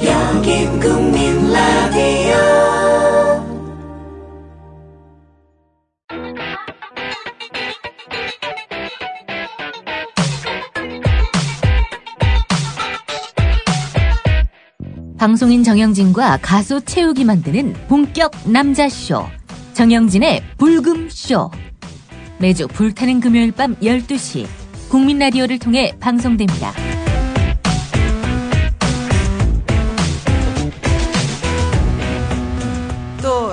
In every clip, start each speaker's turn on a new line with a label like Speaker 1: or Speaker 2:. Speaker 1: 국민 국민 라디오
Speaker 2: 방송인 정영진과 가수 채욱이 만드는 본격 남자쇼. 정영진의 불금쇼. 매주 불타는 금요일 밤 12시. 국민라디오를 통해 방송됩니다.
Speaker 3: 또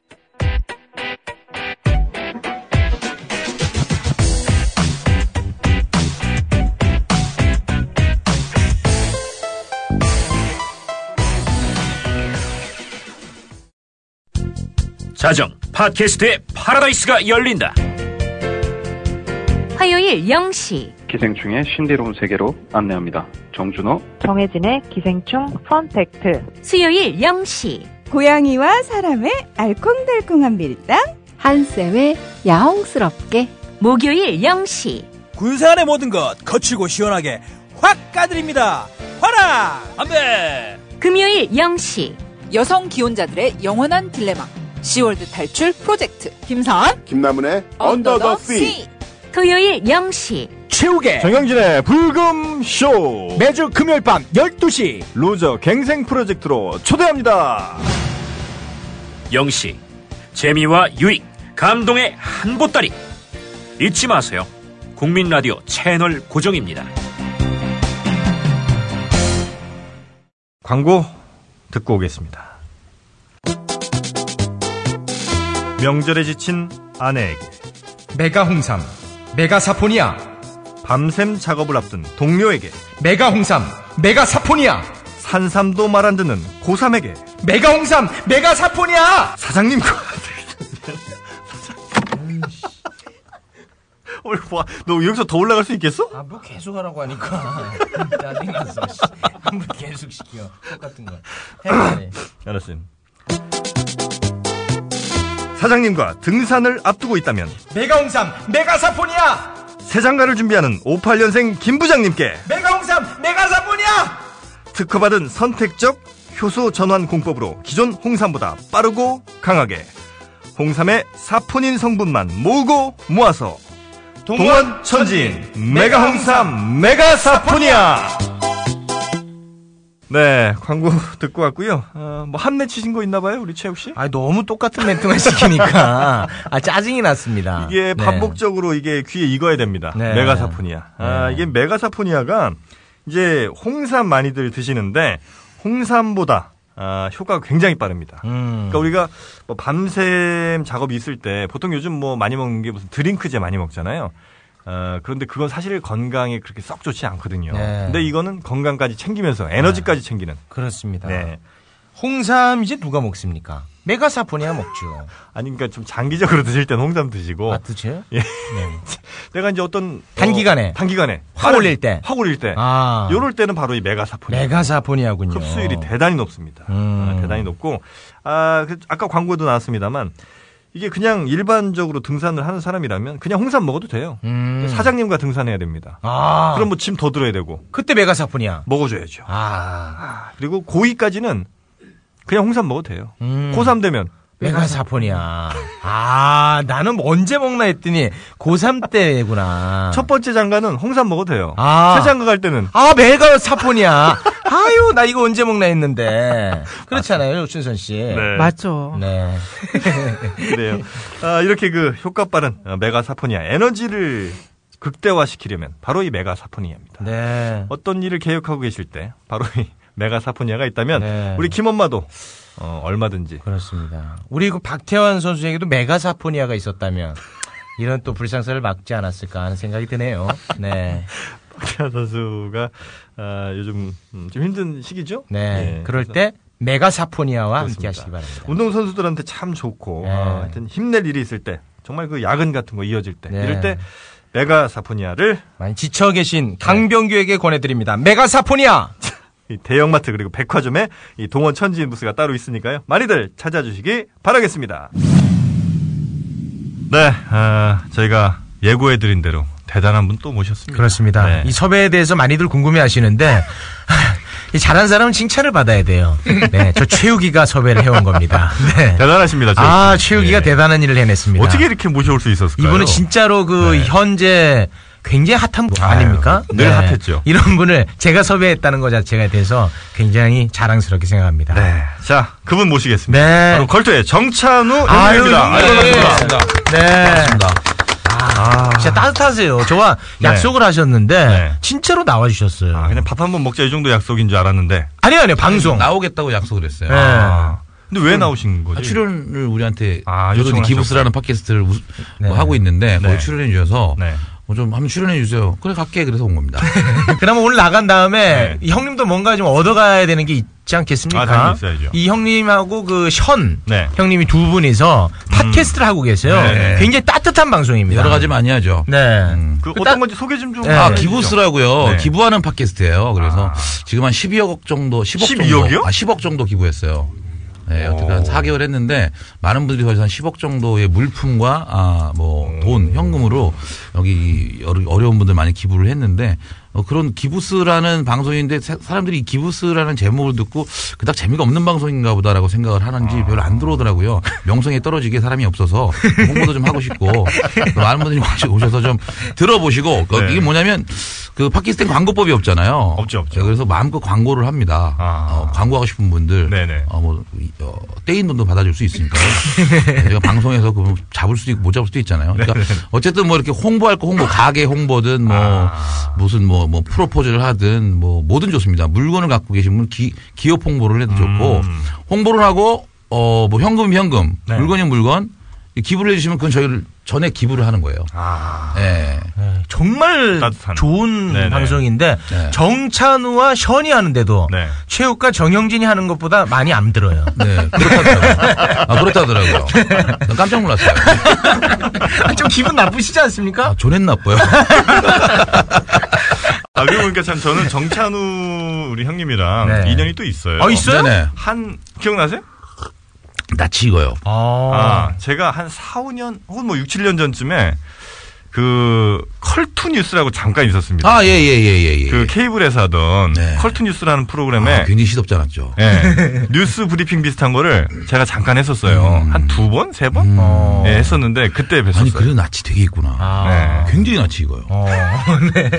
Speaker 4: 자정 팟캐스트의 파라다이스가 열린다.
Speaker 2: 화요일 0시.
Speaker 5: 기생충의 신비로운 세계로 안내합니다. 정준호,
Speaker 6: 정혜진의 기생충 펀팩트
Speaker 2: 수요일 0시.
Speaker 7: 고양이와 사람의 알콩달콩한 밀당 한쌤의 야옹스럽게
Speaker 2: 목요일 0시.
Speaker 8: 군산의 모든 것 거치고 시원하게 확 까드립니다. 화라!
Speaker 4: 안돼.
Speaker 2: 금요일 0시.
Speaker 9: 여성 기혼자들의 영원한 딜레마. 시월드 탈출 프로젝트. 김선.
Speaker 10: 김나문의 언더 더 씨.
Speaker 2: 토요일 0시.
Speaker 8: 최욱의
Speaker 11: 정영진의 불금쇼
Speaker 8: 매주 금요일 밤 12시
Speaker 11: 루저 갱생 프로젝트로 초대합니다.
Speaker 4: 영시 재미와 유익 감동의 한 보따리 잊지 마세요. 국민 라디오 채널 고정입니다.
Speaker 11: 광고 듣고 오겠습니다. 명절에 지친 아내에게
Speaker 12: 메가 홍삼, 메가 사포니아,
Speaker 11: 밤샘 작업을 앞둔 동료에게
Speaker 12: 메가 홍삼, 메가 사포니아,
Speaker 11: 산삼도 말 안 듣는 고3에게
Speaker 12: 메가 홍삼, 메가 사포니아.
Speaker 11: 사장님과 얼 봐. 너 여기서 더 올라갈 수 있겠어?
Speaker 12: 아, 뭐 계속 하라고 하니까 짜증났어. 아무 계속 시켜 똑같은 거.
Speaker 11: 알았어요. 사장님과 등산을 앞두고 있다면
Speaker 12: 메가 홍삼, 메가 사포니아,
Speaker 11: 새장가를 준비하는 58년생 김 부장님께
Speaker 12: 메가 홍삼, 메가 사포니아.
Speaker 11: 특허받은 선택적 효소 전환 공법으로 기존 홍삼보다 빠르고 강하게 홍삼의 사포닌 성분만 모으고 모아서 동원 천진 메가 홍삼 메가 사포니아 네 광고 듣고 왔고요 어, 뭐 한내 치신 거 있나봐요 우리 최욱 씨
Speaker 12: 아, 너무 똑같은 멘트만 시키니까 아 짜증이 났습니다.
Speaker 11: 이게
Speaker 12: 네.
Speaker 11: 반복적으로 이게 귀에 익어야 됩니다
Speaker 12: 네.
Speaker 11: 메가 사포니아 아,
Speaker 12: 네.
Speaker 11: 이게 메가 사포니아가 이제 홍삼 많이들 드시는데 홍삼보다 아, 효과가 굉장히 빠릅니다.
Speaker 12: 음.
Speaker 11: 그러니까 우리가 뭐 밤샘 작업이 있을 때 보통 요즘 뭐 많이 먹는 게 무슨 드링크제 많이 먹잖아요. 어, 그런데 그건 사실 건강에 그렇게 썩 좋지 않거든요.
Speaker 12: 네.
Speaker 11: 근데 이거는 건강까지 챙기면서 에너지까지 챙기는.
Speaker 12: 그렇습니다.
Speaker 11: 네.
Speaker 12: 홍삼 이제 누가 먹습니까? 메가 사포니아 먹죠.
Speaker 11: 아니 그러니까 좀 장기적으로 드실 때는 홍삼 드시고
Speaker 12: 아, 드세요?
Speaker 11: 예.
Speaker 12: 네.
Speaker 11: 내가 이제 어떤
Speaker 12: 단기간에.
Speaker 11: 어, 단기간에
Speaker 12: 확
Speaker 11: 빠른-
Speaker 12: 올릴 때.
Speaker 11: 확 올릴 때.
Speaker 12: 아.
Speaker 11: 요럴 때는 바로 이 메가사포니.
Speaker 12: 메가사포니아군요.
Speaker 11: 흡수율이 대단히 높습니다.
Speaker 12: 음.
Speaker 11: 아, 대단히 높고 아, 그 아까 광고에도 나왔습니다만 이게 그냥 일반적으로 등산을 하는 사람이라면 그냥 홍삼 먹어도 돼요.
Speaker 12: 음.
Speaker 11: 사장님과 등산해야 됩니다.
Speaker 12: 아.
Speaker 11: 그럼 뭐 짐 더 들어야 되고
Speaker 12: 그때 메가사포니아.
Speaker 11: 먹어줘야죠.
Speaker 12: 아.
Speaker 11: 그리고 고2까지는 그냥 홍삼 먹어도 돼요.
Speaker 12: 음.
Speaker 11: 고3 되면
Speaker 12: 메가사포니아. 아, 나는 언제 먹나 했더니 고3 때구나.
Speaker 11: 첫 번째 장가는 홍삼 먹어도 돼요.
Speaker 12: 아.
Speaker 11: 새 장가 갈 때는
Speaker 12: 아, 메가사포니아. 아유, 나 이거 언제 먹나 했는데. 그렇잖아요, 순선 씨.
Speaker 11: 네.
Speaker 3: 맞죠.
Speaker 12: 네.
Speaker 11: 그래요. 아, 이렇게 그 효과 빠른 어, 메가사포니아 에너지를 극대화시키려면 바로 이 메가사포니아입니다.
Speaker 12: 네.
Speaker 11: 어떤 일을 계획하고 계실 때 바로 이 메가사포니아가 있다면
Speaker 12: 네.
Speaker 11: 우리 김엄마도 어, 얼마든지
Speaker 12: 그렇습니다. 우리 그 박태환 선수에게도 메가사포니아가 있었다면 이런 또 불상사를 막지 않았을까 하는 생각이 드네요. 네.
Speaker 11: 박태환 선수가 아, 요즘 음, 좀 힘든 시기죠.
Speaker 12: 네.
Speaker 11: 예,
Speaker 12: 그럴
Speaker 11: 그래서
Speaker 12: 때 메가사포니아와 함께
Speaker 11: 그렇습니다.
Speaker 12: 하시기 바랍니다.
Speaker 11: 운동 선수들한테 참 좋고
Speaker 12: 네.
Speaker 11: 아, 하여튼 힘낼 일이 있을 때 정말 그 야근 같은 거 이어질 때
Speaker 12: 네.
Speaker 11: 이럴 때 메가사포니아를
Speaker 12: 많이 지쳐 계신 강병규에게 권해드립니다. 메가사포니아
Speaker 11: 이 대형마트 그리고 백화점에 이 동원 천지인 부스가 따로 있으니까요. 많이들 찾아주시기 바라겠습니다. 네, 아, 저희가 예고해드린 대로 대단한 분 또 모셨습니다.
Speaker 12: 그렇습니다.
Speaker 11: 네.
Speaker 12: 이 섭외에 대해서 많이들 궁금해하시는데 이 잘한 사람은 칭찬을 받아야 돼요. 네, 저 최우기가 섭외를 해온 겁니다. 네.
Speaker 11: 대단하십니다. 저희. 예.
Speaker 12: 아 최우기가 대단한 일을 해냈습니다.
Speaker 11: 어떻게 이렇게 모셔올 수 있었을까요? 네.
Speaker 12: 이분은 진짜로 그 현재 굉장히 핫한 분 아닙니까? 네.
Speaker 11: 늘 핫했죠.
Speaker 12: 이런 분을 제가 섭외했다는 것 자체에 대해서 굉장히 자랑스럽게 생각합니다.
Speaker 11: 네. 자, 그분 모시겠습니다.
Speaker 12: 네.
Speaker 11: 바로 컬트의 정찬우
Speaker 12: 아유,
Speaker 11: 형님입니다.
Speaker 12: 형님.
Speaker 11: 아유,
Speaker 12: 반갑습니다. 네. 아, 진짜 따뜻하세요. 저와
Speaker 11: 네.
Speaker 12: 약속을 하셨는데 진짜로 나와주셨어요. 아,
Speaker 11: 그냥 밥 한 번 먹자 이 정도 약속인 줄 알았는데.
Speaker 12: 아니요, 아니요. 방송.
Speaker 13: 나오겠다고 약속을 했어요.
Speaker 12: 네.
Speaker 11: 아. 근데
Speaker 12: 음.
Speaker 11: 왜 나오신 거지?
Speaker 13: 출연을 우리한테 아,
Speaker 11: 요청을
Speaker 13: 기부스라는 팟캐스트를 우- 뭐 하고 있는데 거기
Speaker 11: 네.
Speaker 13: 출연해 주셔서 뭐 좀 한번 출연해 주세요. 그래 갈게 그래서 온 겁니다.
Speaker 12: 그나마 오늘 나간 다음에 이 형님도 뭔가 좀 얻어가야 되는 게 있지 않겠습니까?
Speaker 13: 네. 아, 당연히 있어야죠.
Speaker 12: 이 형님하고 그 션
Speaker 13: 네.
Speaker 12: 형님이 두 분이서 팟캐스트를 하고 계세요.
Speaker 13: 네.
Speaker 12: 굉장히 따뜻한 방송입니다.
Speaker 13: 여러 가지 많이 하죠. 음,
Speaker 12: 네.
Speaker 11: 그 어떤 건지 소개 좀 좀.
Speaker 13: 아,
Speaker 11: 해주시죠.
Speaker 13: 기부스라고요.
Speaker 11: 네. 아.
Speaker 13: 기부하는 팟캐스트예요. 그래서 지금 한 12억 정도, 10억
Speaker 11: 12억 이요?
Speaker 13: 정도, 아, 10억 정도 기부했어요. 네, 어떻게 한 4개월 했는데 많은 분들이 거기서 한 10억 정도의 물품과 아, 뭐 돈, 현금으로 여기 이 어려- 어려운 분들 많이 기부를 했는데 어, 그런 기부스라는 방송인데 사- 사람들이 이 기부스라는 제목을 듣고 그닥 재미가 없는 방송인가 보다라고 생각을 하는지 별로 안 들어오더라고요. 명성에 떨어지게 사람이 없어서 홍보도 좀 하고 싶고 또 많은 분들이 오시- 오셔서 좀 들어보시고 그
Speaker 11: 네.
Speaker 13: 이게 뭐냐면 그 팟캐스트 광고법이 없잖아요. 없죠, 없죠. 그래서 마음껏 광고를 합니다.
Speaker 12: 아.
Speaker 13: 어, 광고하고 싶은 분들
Speaker 11: 네,
Speaker 13: 어, 뭐 이, 어, 떼인 돈도 받아줄 수 있으니까요. 네, 제가 방송에서 그 잡을 수도 있고 못 잡을 수도 있잖아요. 그러니까
Speaker 11: 네, 네.
Speaker 13: 어쨌든 뭐 이렇게 홍보할 거 홍보 가게 홍보든 뭐
Speaker 12: 아.
Speaker 13: 무슨 뭐 뭐 프로포즈를 하든 뭐 뭐든 좋습니다. 물건을 갖고 계신 분 기, 기업 홍보를 해도 좋고
Speaker 12: 음.
Speaker 13: 홍보를 하고 어 뭐 현금 현금
Speaker 11: 네.
Speaker 13: 물건이 물건 기부를 해주시면 그건 저희를 전에 기부를 하는 거예요.
Speaker 11: 아,
Speaker 13: 예.
Speaker 12: 네, 정말 좋은
Speaker 13: 네네.
Speaker 12: 방송인데 정찬우와 션이 하는데도
Speaker 11: 네.
Speaker 12: 최욱과 정영진이 하는 것보다 많이 안 들어요.
Speaker 13: 네, 그렇다더라고요. 아, 그렇다더라고요. 나 깜짝 놀랐어요.
Speaker 12: 좀 기분 나쁘시지 않습니까?
Speaker 13: 존엔 나빠요.
Speaker 11: 아, 그러고 보니까 참 저는 정찬우 우리 형님이랑
Speaker 13: 네.
Speaker 11: 인연이 또 있어요.
Speaker 13: 아, 있어요? 네네.
Speaker 11: 한, 기억나세요?
Speaker 13: 낯이 익어요.
Speaker 11: 아, 제가 한 4, 5년 혹은 뭐 6, 7년 전쯤에 그 컬투 뉴스라고 잠깐 있었습니다.
Speaker 13: 아, 예, 예, 예, 예. 예.
Speaker 11: 그 케이블에서 하던 컬투 뉴스라는 프로그램에
Speaker 13: 아, 괜히 시덥지 않았죠.
Speaker 11: 예, 뉴스 브리핑 비슷한 거를 제가 잠깐 했었어요. 한 두 번, 세 번 예, 했었는데 그때 뵀었어요.
Speaker 13: 음. 아니, 그래, 낯이 되게 있구나. 네. 굉장히 낯이 익어요.
Speaker 12: 네.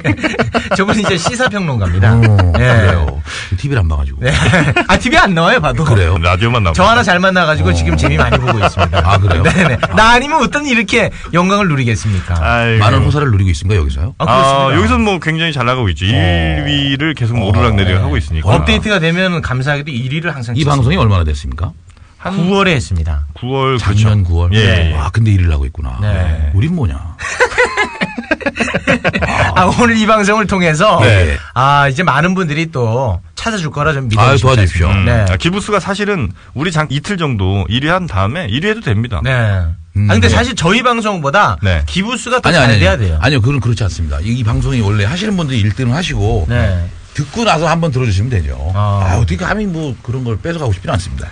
Speaker 12: 저분 이제 시사평론가입니다.
Speaker 13: 어,
Speaker 12: 예.
Speaker 13: 그래요. TV를 안 봐가지고.
Speaker 12: 네. 아, TV 안 나와요, 봐도.
Speaker 13: 그래요.
Speaker 11: 라디오만
Speaker 12: 저 하나 잘 만나가지고 지금 재미 많이 보고 있습니다.
Speaker 13: 어. 아, 아, 그래요?
Speaker 12: 네네. 나 아니면 어떤 이렇게 영광을 누리겠습니까?
Speaker 13: 많은 호사를 누리고 있습니다, 어. 여기서요.
Speaker 12: 아, 그렇습니다.
Speaker 11: 여기서는 뭐 굉장히 잘 나가고 있죠. 1위를 계속 뭐
Speaker 13: 어,
Speaker 11: 오르락내리락
Speaker 13: 네.
Speaker 11: 하고 있으니까.
Speaker 12: 업데이트가 되면 감사하게도 1위를 항상
Speaker 13: 이
Speaker 12: 찍습니다.
Speaker 13: 방송이 얼마나 됐습니까?
Speaker 12: 한 9월에 했습니다.
Speaker 11: 9월, 그렇죠.
Speaker 13: 작년 9월. 네.
Speaker 12: 예.
Speaker 13: 와, 근데 일을 하고 있구나.
Speaker 12: 네.
Speaker 13: 우린 뭐냐.
Speaker 12: 아, 오늘 이 방송을 통해서
Speaker 11: 네.
Speaker 12: 아 이제 많은 분들이 또 찾아줄 거라 좀 믿어
Speaker 11: 아유,
Speaker 12: 주십시오.
Speaker 11: 음.
Speaker 12: 네.
Speaker 11: 아, 기부수가 사실은 우리 장 이틀 정도 1위 한 다음에 1위 해도 됩니다.
Speaker 12: 네. 아 근데 사실 저희 방송보다 기부 수가 더
Speaker 13: 음, 네. 아니,
Speaker 12: 잘
Speaker 13: 아니,
Speaker 12: 돼야
Speaker 13: 아니.
Speaker 12: 돼요.
Speaker 13: 아니요, 그건 그렇지 않습니다. 이, 이 방송이 원래 하시는 분들이 일등은 하시고.
Speaker 12: 네.
Speaker 13: 뭐 듣고 나서 한번 들어주시면 되죠. 아, 어떻게 감히 뭐 그런 걸 뺏어가고 싶지는 않습니다.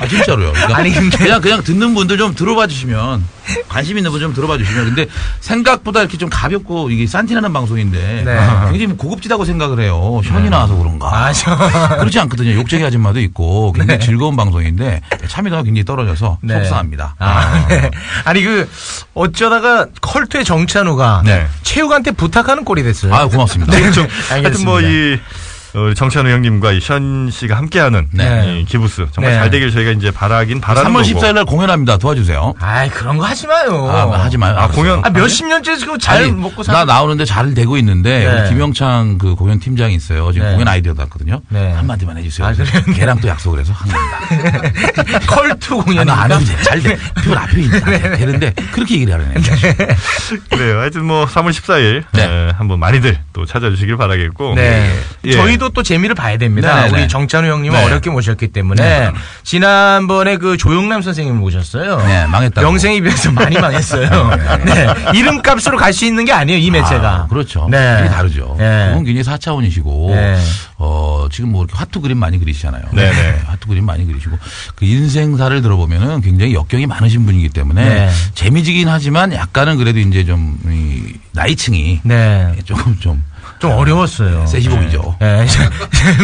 Speaker 13: 아, 진짜로요. 그러니까
Speaker 12: 아니, 근데-
Speaker 13: 그냥, 그냥 듣는 분들 좀 들어봐 주시면, 관심 있는 분 좀 들어봐 주시면. 근데 생각보다 이렇게 좀 가볍고, 이게 산티나는 방송인데,
Speaker 12: 네.
Speaker 13: 굉장히 고급지다고 생각을 해요. 션이 나와서 그런가.
Speaker 12: 아,
Speaker 13: 그렇지 않거든요. 욕쟁이 아줌마도 있고, 굉장히 즐거운 방송인데, 참여도가 굉장히 떨어져서
Speaker 12: 네.
Speaker 13: 속상합니다.
Speaker 12: 아, 네. 아니 그 어쩌다가 컬트의 정찬우가 최욱한테 부탁하는 꼴이 됐어요.
Speaker 13: 네. 아, 고맙습니다.
Speaker 12: 네.
Speaker 11: 좀, 하여튼
Speaker 12: 알겠습니다.
Speaker 11: 뭐 이 정찬우 형님과 이션 씨가 함께하는
Speaker 13: 네.
Speaker 11: 이 기부스 정말
Speaker 13: 네.
Speaker 11: 잘 되길 저희가 이제 바라긴 바라는
Speaker 13: 3월
Speaker 11: 거고.
Speaker 13: 14일 날 공연합니다. 도와주세요.
Speaker 12: 아이 그런 거 하지 마요.
Speaker 13: 아, 하지 마요.
Speaker 11: 아, 공연-
Speaker 12: 아, 몇십 년째 지금 잘
Speaker 13: 아니,
Speaker 12: 먹고
Speaker 13: 나
Speaker 12: 사는
Speaker 13: 나오는데 잘 되고 있는데
Speaker 12: 네.
Speaker 13: 우리 김영창 그 공연 팀장이 있어요. 지금
Speaker 12: 네.
Speaker 13: 공연 아이디어 났거든요.
Speaker 12: 네.
Speaker 13: 한마디만 해주세요. 걔랑 또 약속을 해서 한 겁니다.
Speaker 12: 컬투 공연
Speaker 13: 안 해도 돼. 잘 돼. 표현 앞에 있는 되는데 그렇게 얘기를 하려네요. 네.
Speaker 11: 그래요. 하여튼 뭐 3월 14일 에, 한번 많이들 또 찾아주시길 바라겠고.
Speaker 12: 네.
Speaker 11: 예.
Speaker 12: 저희도 또 재미를 봐야 됩니다.
Speaker 11: 네네네.
Speaker 12: 우리 정찬우 형님은
Speaker 11: 네.
Speaker 12: 어렵게 모셨기 때문에
Speaker 11: 네.
Speaker 12: 지난번에 그 조영남 선생님 모셨어요.
Speaker 13: 네, 망했다고.
Speaker 12: 영생에 비해서 많이 망했어요. 네. 이름값으로 갈 수 있는 게 아니에요, 이 매체가.
Speaker 13: 아, 그렇죠.
Speaker 12: 네.
Speaker 13: 이게 다르죠. 그건 굉장히 4차원이시고,
Speaker 12: 네.
Speaker 13: 어, 지금 뭐 이렇게 화투 그림 많이 그리시잖아요.
Speaker 12: 네네.
Speaker 13: 화투 그림 많이 그리시고, 그 인생사를 들어보면은 굉장히 역경이 많으신 분이기 때문에
Speaker 12: 네.
Speaker 13: 재미지긴 하지만 약간은 그래도 이제 좀, 이 나이층이
Speaker 12: 네.
Speaker 13: 예, 조금 좀.
Speaker 12: 좀 어려웠어요.
Speaker 13: 세시봉이죠.
Speaker 12: 네.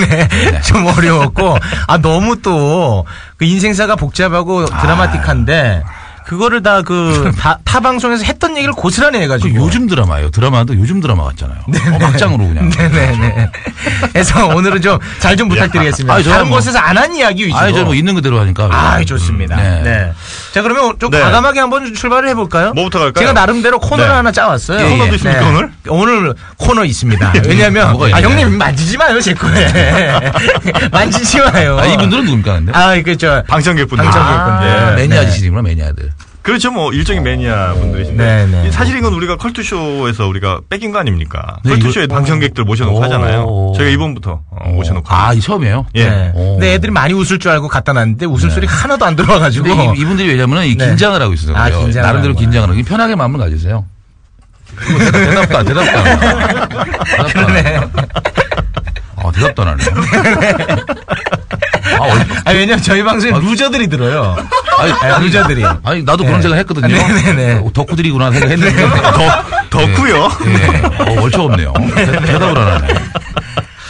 Speaker 12: 네. 좀 어려웠고 아 너무 또 그 인생사가 복잡하고 드라마틱한데
Speaker 13: 아.
Speaker 12: 그거를 다 그 타 방송에서 했던 얘기를 고스란히 해가지고
Speaker 13: 그 요즘 드라마예요. 드라마도 요즘 드라마 같잖아요.
Speaker 11: 네.
Speaker 13: 어, 막장으로 그냥.
Speaker 12: 네네네. 그래서 오늘은 좀 잘 좀 부탁드리겠습니다.
Speaker 13: 아니, 저는
Speaker 12: 다른
Speaker 13: 뭐-
Speaker 12: 곳에서 안 한 이야기 위주로.
Speaker 13: 아니, 저는 뭐 있는 그대로 하니까.
Speaker 12: 아, 좋습니다.
Speaker 13: 네.
Speaker 12: 네. 자 그러면 좀
Speaker 13: 네.
Speaker 12: 과감하게 한번 출발을 해볼까요? 뭐부터
Speaker 13: 갈까요?
Speaker 12: 제가 나름대로 코너를
Speaker 13: 네.
Speaker 12: 하나 짜왔어요. 네.
Speaker 13: 예, 코너도 있습니까, 오늘?
Speaker 12: 오늘 코너 있습니다. 왜냐면
Speaker 13: 뭐가 있나요?
Speaker 12: 아, 형님 만지지 마요 제 거에 만지지 마요.
Speaker 13: 아, 이분들은 누굽니까, 근데?
Speaker 12: 아, 그죠.
Speaker 11: 방청객분들.
Speaker 12: 방청객분들.
Speaker 11: 아,
Speaker 13: 매니아
Speaker 11: 네.
Speaker 13: 아저씨들이구나, 매니아들.
Speaker 11: 그렇죠. 뭐 일종의
Speaker 12: 어,
Speaker 11: 매니아 분들이신데
Speaker 13: 네, 네.
Speaker 11: 이 사실 이건 우리가 컬투쇼에서 우리가 뺏긴 거 아닙니까?
Speaker 13: 네,
Speaker 11: 컬투쇼에
Speaker 12: 어.
Speaker 13: 이거-
Speaker 11: 방청객들 모셔놓고
Speaker 13: 오.
Speaker 11: 하잖아요. 저희가 이번부터 어, 모셔놓고.
Speaker 13: 아, 이 처음이에요?
Speaker 11: 예.
Speaker 12: 네. 근데 애들이 많이 웃을 줄 알고 갖다 놨는데 웃음소리 하나도 안 들어와가지고.
Speaker 13: 네. 근데 이, 분들이 왜냐면은 이
Speaker 12: 네.
Speaker 13: 긴장을 하고 있어요.
Speaker 12: 아, 긴장을
Speaker 13: 나름대로
Speaker 12: 하는
Speaker 13: 긴장을 하고 편하게 마음을 가지세요. 이거 대답- 대답도 안 대답도 안 하네. 대답도 안 하네. 아, 대답도 안 하네. 아, 어이-
Speaker 12: 아, 왜냐면 저희 방송에 루저들이 들어요.
Speaker 13: 아니,
Speaker 12: 아, 루저들이.
Speaker 13: 아니, 나도
Speaker 12: 네.
Speaker 13: 그런 생각 했거든요.
Speaker 12: 네네네. 네.
Speaker 13: 어, 덕후들이구나 생각했는데. 덕,
Speaker 11: 덕후요?
Speaker 13: 네. 어, 월초 없네요. 대- 대답을 안 하네.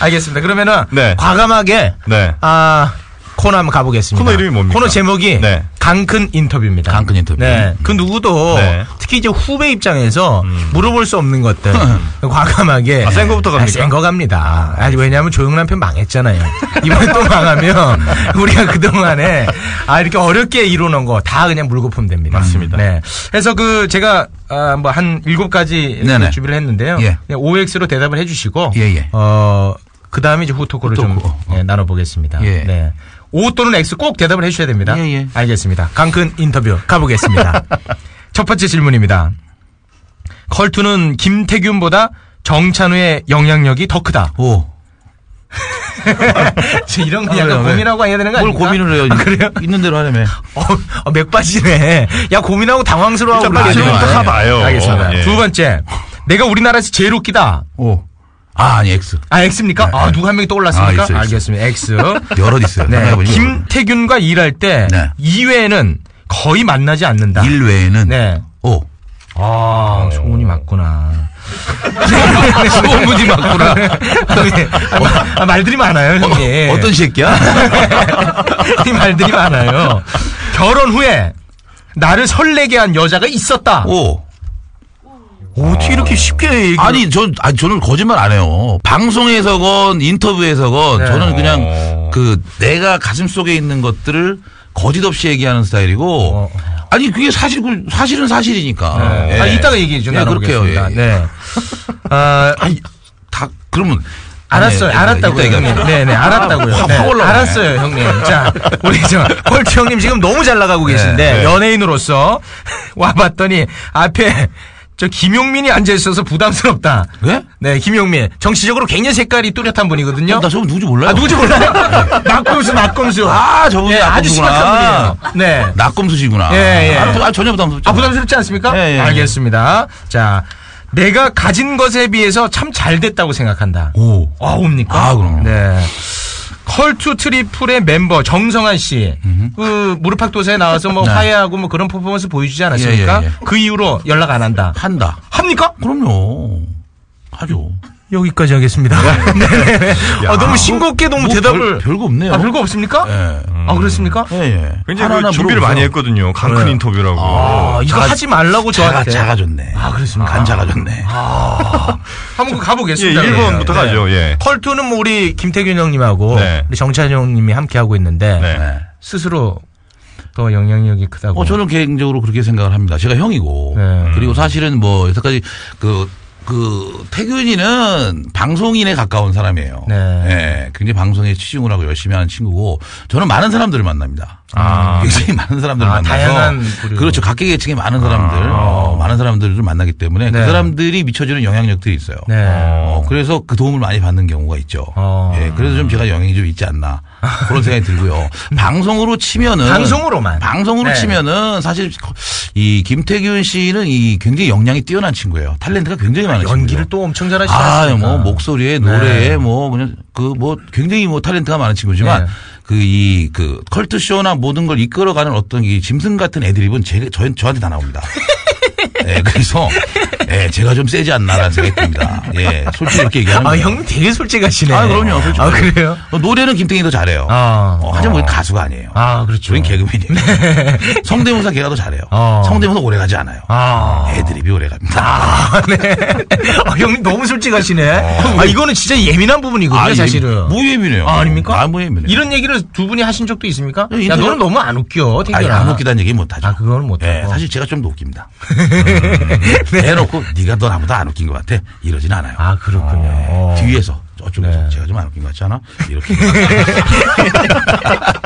Speaker 12: 알겠습니다. 그러면은
Speaker 11: 네.
Speaker 12: 과감하게
Speaker 11: 네.
Speaker 12: 아 코너 한번 가보겠습니다.
Speaker 11: 코너 이름이 뭡니까? 네.
Speaker 12: 코너 제목이 강큰 인터뷰입니다. 강큰
Speaker 13: 인터뷰.
Speaker 12: 네. 그 누구도
Speaker 11: 음. 네. 음.
Speaker 12: 특히 이제 후배 입장에서 물어볼 수 없는 것들 과감하게
Speaker 11: 아, 센 거부터 갑니까?
Speaker 12: 예. 센 거 갑니다. 아니 왜냐하면 조용남 편 망했잖아요. 이번 또 망하면 우리가 그 동안에 아 이렇게 어렵게 이뤄놓은 거 다 그냥 물거품 됩니다. 맞습니다. 네. 그래서 그 제가 아, 뭐한 일곱 가지
Speaker 13: 네네.
Speaker 12: 준비를 했는데요.
Speaker 13: 예.
Speaker 12: 그냥 OX로 대답을 해주시고
Speaker 13: 예예.
Speaker 12: 어, 그 다음에 이제 후토크를 좀 예, 나눠보겠습니다.
Speaker 13: 예.
Speaker 12: 네. O 또는 X 꼭 대답을 해주셔야 됩니다. 알겠습니다. 강큰 인터뷰 가보겠습니다. 첫 번째 질문입니다. 컬투는 김태균보다 정찬우의 영향력이 더 크다.
Speaker 13: 오.
Speaker 12: 저 이런
Speaker 13: 아,
Speaker 12: 거 약간
Speaker 13: 왜, 왜?
Speaker 12: 고민하고 해야 되는 거
Speaker 13: 뭘
Speaker 12: 아닙니까?
Speaker 13: 고민을 해요?
Speaker 12: 아, 그래요?
Speaker 13: 있는 대로 하려면.
Speaker 12: 어, 어, 맥빠지네. 야, 고민하고 당황스러워하고
Speaker 13: 일단 빨리
Speaker 12: 그러지.
Speaker 13: 질문부터 가봐요.
Speaker 12: 알겠습니다.
Speaker 13: 예.
Speaker 12: 두 번째. 내가 우리나라에서 제일 웃기다.
Speaker 13: 오. 아, 아니, X. 네.
Speaker 12: 아, X입니까? 아, 누가 한 명이 떠올랐습니까?
Speaker 13: 아, 있어요, 있어요.
Speaker 12: 알겠습니다. X.
Speaker 13: 여럿 있어요.
Speaker 12: 네.
Speaker 13: 생각해보니까
Speaker 12: 김태균과 일할 때
Speaker 13: 네.
Speaker 12: 이외에는 거의 만나지 않는다.
Speaker 13: 일 외에는
Speaker 12: 네.
Speaker 13: 오.
Speaker 12: 아, 소문이 맞구나.
Speaker 13: 네. 소문이 맞구나.
Speaker 12: 아, 마- 아, 말들이 많아요, 형님.
Speaker 13: 어떤 새끼야?
Speaker 12: 이 말들이 많아요. 결혼 후에 나를 설레게 한 여자가 있었다.
Speaker 13: 오.
Speaker 12: 어떻게 이렇게 쉽게 얘기
Speaker 13: 아니, 전, 아니, 저는 거짓말 안 해요. 방송에서건, 인터뷰에서건,
Speaker 12: 네.
Speaker 13: 어, 저는
Speaker 11: 어.
Speaker 13: 그냥 그 내가 가슴 속에 있는 것들을 거짓 없이 얘기하는 스타일이고, 어. 아니, 그게 사실, 그 사실은 사실이니까.
Speaker 12: 어. 네. 아, 이따가 얘기해
Speaker 13: 네,
Speaker 12: 주나
Speaker 13: 그렇게요.
Speaker 12: 나눠보겠습니다.
Speaker 13: 예, 예.
Speaker 12: 네. 아,
Speaker 13: 다, 그러면.
Speaker 12: 알았어요.
Speaker 13: 아니,
Speaker 12: 알았다고요,
Speaker 13: 이따 얘기합니다.
Speaker 12: 형님. 네, 네, 알았다고요.
Speaker 13: 확,
Speaker 12: 네,
Speaker 13: 확 올라오네.
Speaker 12: 알았어요, 형님. 자, 우리 저 홀트 형님 지금 너무 잘 나가고
Speaker 13: 네,
Speaker 12: 계신데
Speaker 13: 네.
Speaker 12: 연예인으로서 와봤더니 앞에 저 김용민이 앉아 있어서 부담스럽다.
Speaker 13: 네?
Speaker 12: 네, 김용민. 정치적으로 굉장히 색깔이 뚜렷한 분이거든요.
Speaker 13: 나 저분 누군지 몰라요. 네.
Speaker 12: 아, 누군지 몰라요? 낙검수, 낙검수.
Speaker 13: 아, 저분이
Speaker 12: 네, 아주
Speaker 13: 낙검수구나.
Speaker 12: 심각한 분이에요. 네.
Speaker 13: 낙검수시구나.
Speaker 12: 예, 예.
Speaker 13: 아, 부- 아, 전혀 부담스럽지.
Speaker 12: 아, 부담스럽지 않습니까?
Speaker 13: 예, 예.
Speaker 12: 알겠습니다. 자, 내가 가진 것에 비해서 참 잘 됐다고 생각한다.
Speaker 13: 오.
Speaker 12: 아, 옵니까?
Speaker 13: 아, 그럼.
Speaker 12: 네. 컬투 트리플의 멤버 정성한 씨, 그 무릎팍도사에 나와서 뭐
Speaker 13: 네.
Speaker 12: 화해하고 뭐 그런 퍼포먼스 보여주지 않았습니까?
Speaker 13: 예, 예, 예.
Speaker 12: 그 이후로 연락 안 한다.
Speaker 13: 한다.
Speaker 12: 합니까?
Speaker 13: 그럼요. 하죠.
Speaker 12: 여기까지 하겠습니다. 네네네.
Speaker 13: 야.
Speaker 12: 아, 너무 싱겁게 너무
Speaker 13: 뭐
Speaker 12: 대답을.
Speaker 13: 별- 별거 없네요.
Speaker 12: 아, 별거 없습니까? 아, 그렇습니까?
Speaker 13: 예, 예.
Speaker 11: 굉장히
Speaker 13: 하나하나
Speaker 11: 그 준비를
Speaker 13: 물어보세요.
Speaker 11: 많이 했거든요. 강큰
Speaker 13: 네.
Speaker 11: 인터뷰라고.
Speaker 13: 아,
Speaker 12: 이거
Speaker 13: 작아-
Speaker 12: 하지 말라고 저한테.
Speaker 13: 작아, 작아졌네.
Speaker 12: 아, 그렇습니까?
Speaker 13: 안 작아졌네.
Speaker 12: 한번 가보겠습니다. 네.
Speaker 11: 예,
Speaker 12: 그러면.
Speaker 11: 1번부터 가죠, 예.
Speaker 12: 컬투는 뭐 우리 김태균 형님하고
Speaker 11: 네.
Speaker 12: 우리 정찬 형님이 함께 하고 있는데 스스로 더 영향력이 크다고. 네.
Speaker 13: 어, 저는 개인적으로 그렇게 생각을 합니다. 제가 형이고. 그리고 사실은 뭐, 여태까지 그, 그, 태균이는 방송인에 가까운 사람이에요.
Speaker 12: 네.
Speaker 13: 예, 굉장히 방송에 치중을 하고 열심히 하는 친구고, 저는 많은 사람들을 만납니다.
Speaker 12: 아.
Speaker 13: 굉장히 많은 사람들을
Speaker 12: 아,
Speaker 13: 만나서.
Speaker 12: 다양한 부류.
Speaker 13: 그렇죠. 각계 계층의 많은 사람들. 어, 많은 사람들을 만나기 때문에 그
Speaker 12: 네.
Speaker 13: 사람들이 미쳐주는 영향력들이 있어요.
Speaker 12: 네. 어,
Speaker 13: 어, 그래서 그 도움을 많이 받는 경우가 있죠. 예, 그래서
Speaker 12: 음.
Speaker 13: 좀 제가 영향이 좀 있지 않나 그런 생각이 들고요. 방송으로 치면은
Speaker 12: 방송으로만.
Speaker 13: 방송으로
Speaker 12: 네.
Speaker 13: 치면은 사실 이 김태균 씨는 이 굉장히 역량이 뛰어난 친구예요. 탤런트가 굉장히 많은 친구예요.
Speaker 12: 연기를 또 엄청 잘하시지
Speaker 13: 아,
Speaker 12: 않습니까?
Speaker 13: 뭐 목소리에 노래에
Speaker 12: 네.
Speaker 13: 뭐 그냥 그 뭐 굉장히 뭐 탤런트가 많은 친구지만
Speaker 12: 네.
Speaker 13: 그 이 그 컬트 쇼나 모든 걸 이끌어가는 어떤 이 짐승 같은 애드립은 제, 저, 저한테 다 나옵니다. 예, 그래서 예, 제가 좀 세지 않나라는 생각이 듭니다. 예, 솔직히 이렇게 얘기하는
Speaker 12: 아,
Speaker 13: 거예요.
Speaker 12: 형님 되게 솔직하시네.
Speaker 13: 아, 그럼요. 솔직히.
Speaker 12: 아, 그래요?
Speaker 13: 어, 노래는 김태균이 더 잘해요. 어, 하지만 우리 가수가 아니에요.
Speaker 12: 아, 그렇죠. 네.
Speaker 13: 우린 개그맨이에요. 성대모사 걔가 더 잘해요. 성대모사 오래 가지 않아요. 애드립이 오래 갑니다.
Speaker 12: 아, 형님 너무 솔직하시네. 아, 이거는 진짜 예민한 부분이거든요,
Speaker 13: 아, 예-
Speaker 12: 사실은.
Speaker 13: 뭐 예민해요?
Speaker 12: 아, 아닙니까?
Speaker 13: 아, 뭐 예민해요?
Speaker 12: 이런 얘기를 두 분이 하신 적도 있습니까?
Speaker 13: 예,
Speaker 12: 야,
Speaker 13: 인터넷-
Speaker 12: 너는 너무 안 웃겨,
Speaker 13: 아니,
Speaker 12: 태균아.
Speaker 13: 안 웃기다는 얘기 못하죠. 아,
Speaker 12: 그거는 못하고.
Speaker 13: 예, 사실 제가 좀 더 웃깁니다. 해놓고 네가 너 나보다 안 웃긴 것 같아. 이러진 않아요. 예,
Speaker 12: 아, 그렇군요. 네.
Speaker 13: 뒤에서 저쪽에서 제가 좀 안 웃긴 것 같지 않아? 이렇게.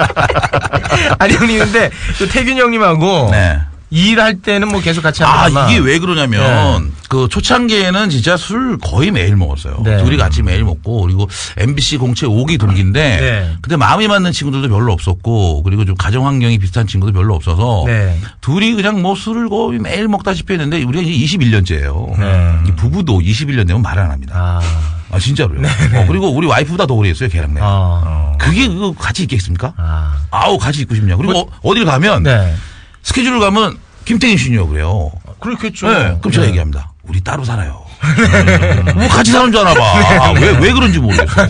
Speaker 12: 아니, 형님, 근데 또 태균 형님하고
Speaker 13: 네.
Speaker 12: 일할 때는 뭐 계속 네. 같이
Speaker 13: 아,
Speaker 12: 하다가
Speaker 13: 이게 왜 그러냐면 그 초창기에는 진짜 술 거의 매일 먹었어요.
Speaker 12: 네.
Speaker 13: 둘이 같이 매일 먹고 그리고 MBC 공채 5기 동기인데
Speaker 12: 네.
Speaker 13: 근데 마음이 맞는 친구들도 별로 없었고 그리고 좀 가정 환경이 비슷한 친구도 별로 없어서
Speaker 12: 네.
Speaker 13: 둘이 그냥 뭐 술을 거의 매일 먹다시피 했는데 우리가 이제 21년째예요. 이 부부도 21년 되면 말 안 합니다.
Speaker 12: 네. 아, 네. 아.
Speaker 13: 진짜로요. 어, 그리고 우리 와이프보다 더 오래 했어요, 걔랑 내가. 그게 그거 같이 있겠습니까? 아. 우 같이 있고 싶냐. 그리고 어, 딜
Speaker 12: 네.
Speaker 13: 가면 스케줄을 가면 김태균 씨요 그래요.
Speaker 12: 그렇겠죠.
Speaker 13: 네, 그럼 제가 얘기합니다. 우리 따로 살아요. 뭐 같이 사는 줄 아나 봐.
Speaker 12: 네.
Speaker 13: 왜, 왜 그런지 모르겠어.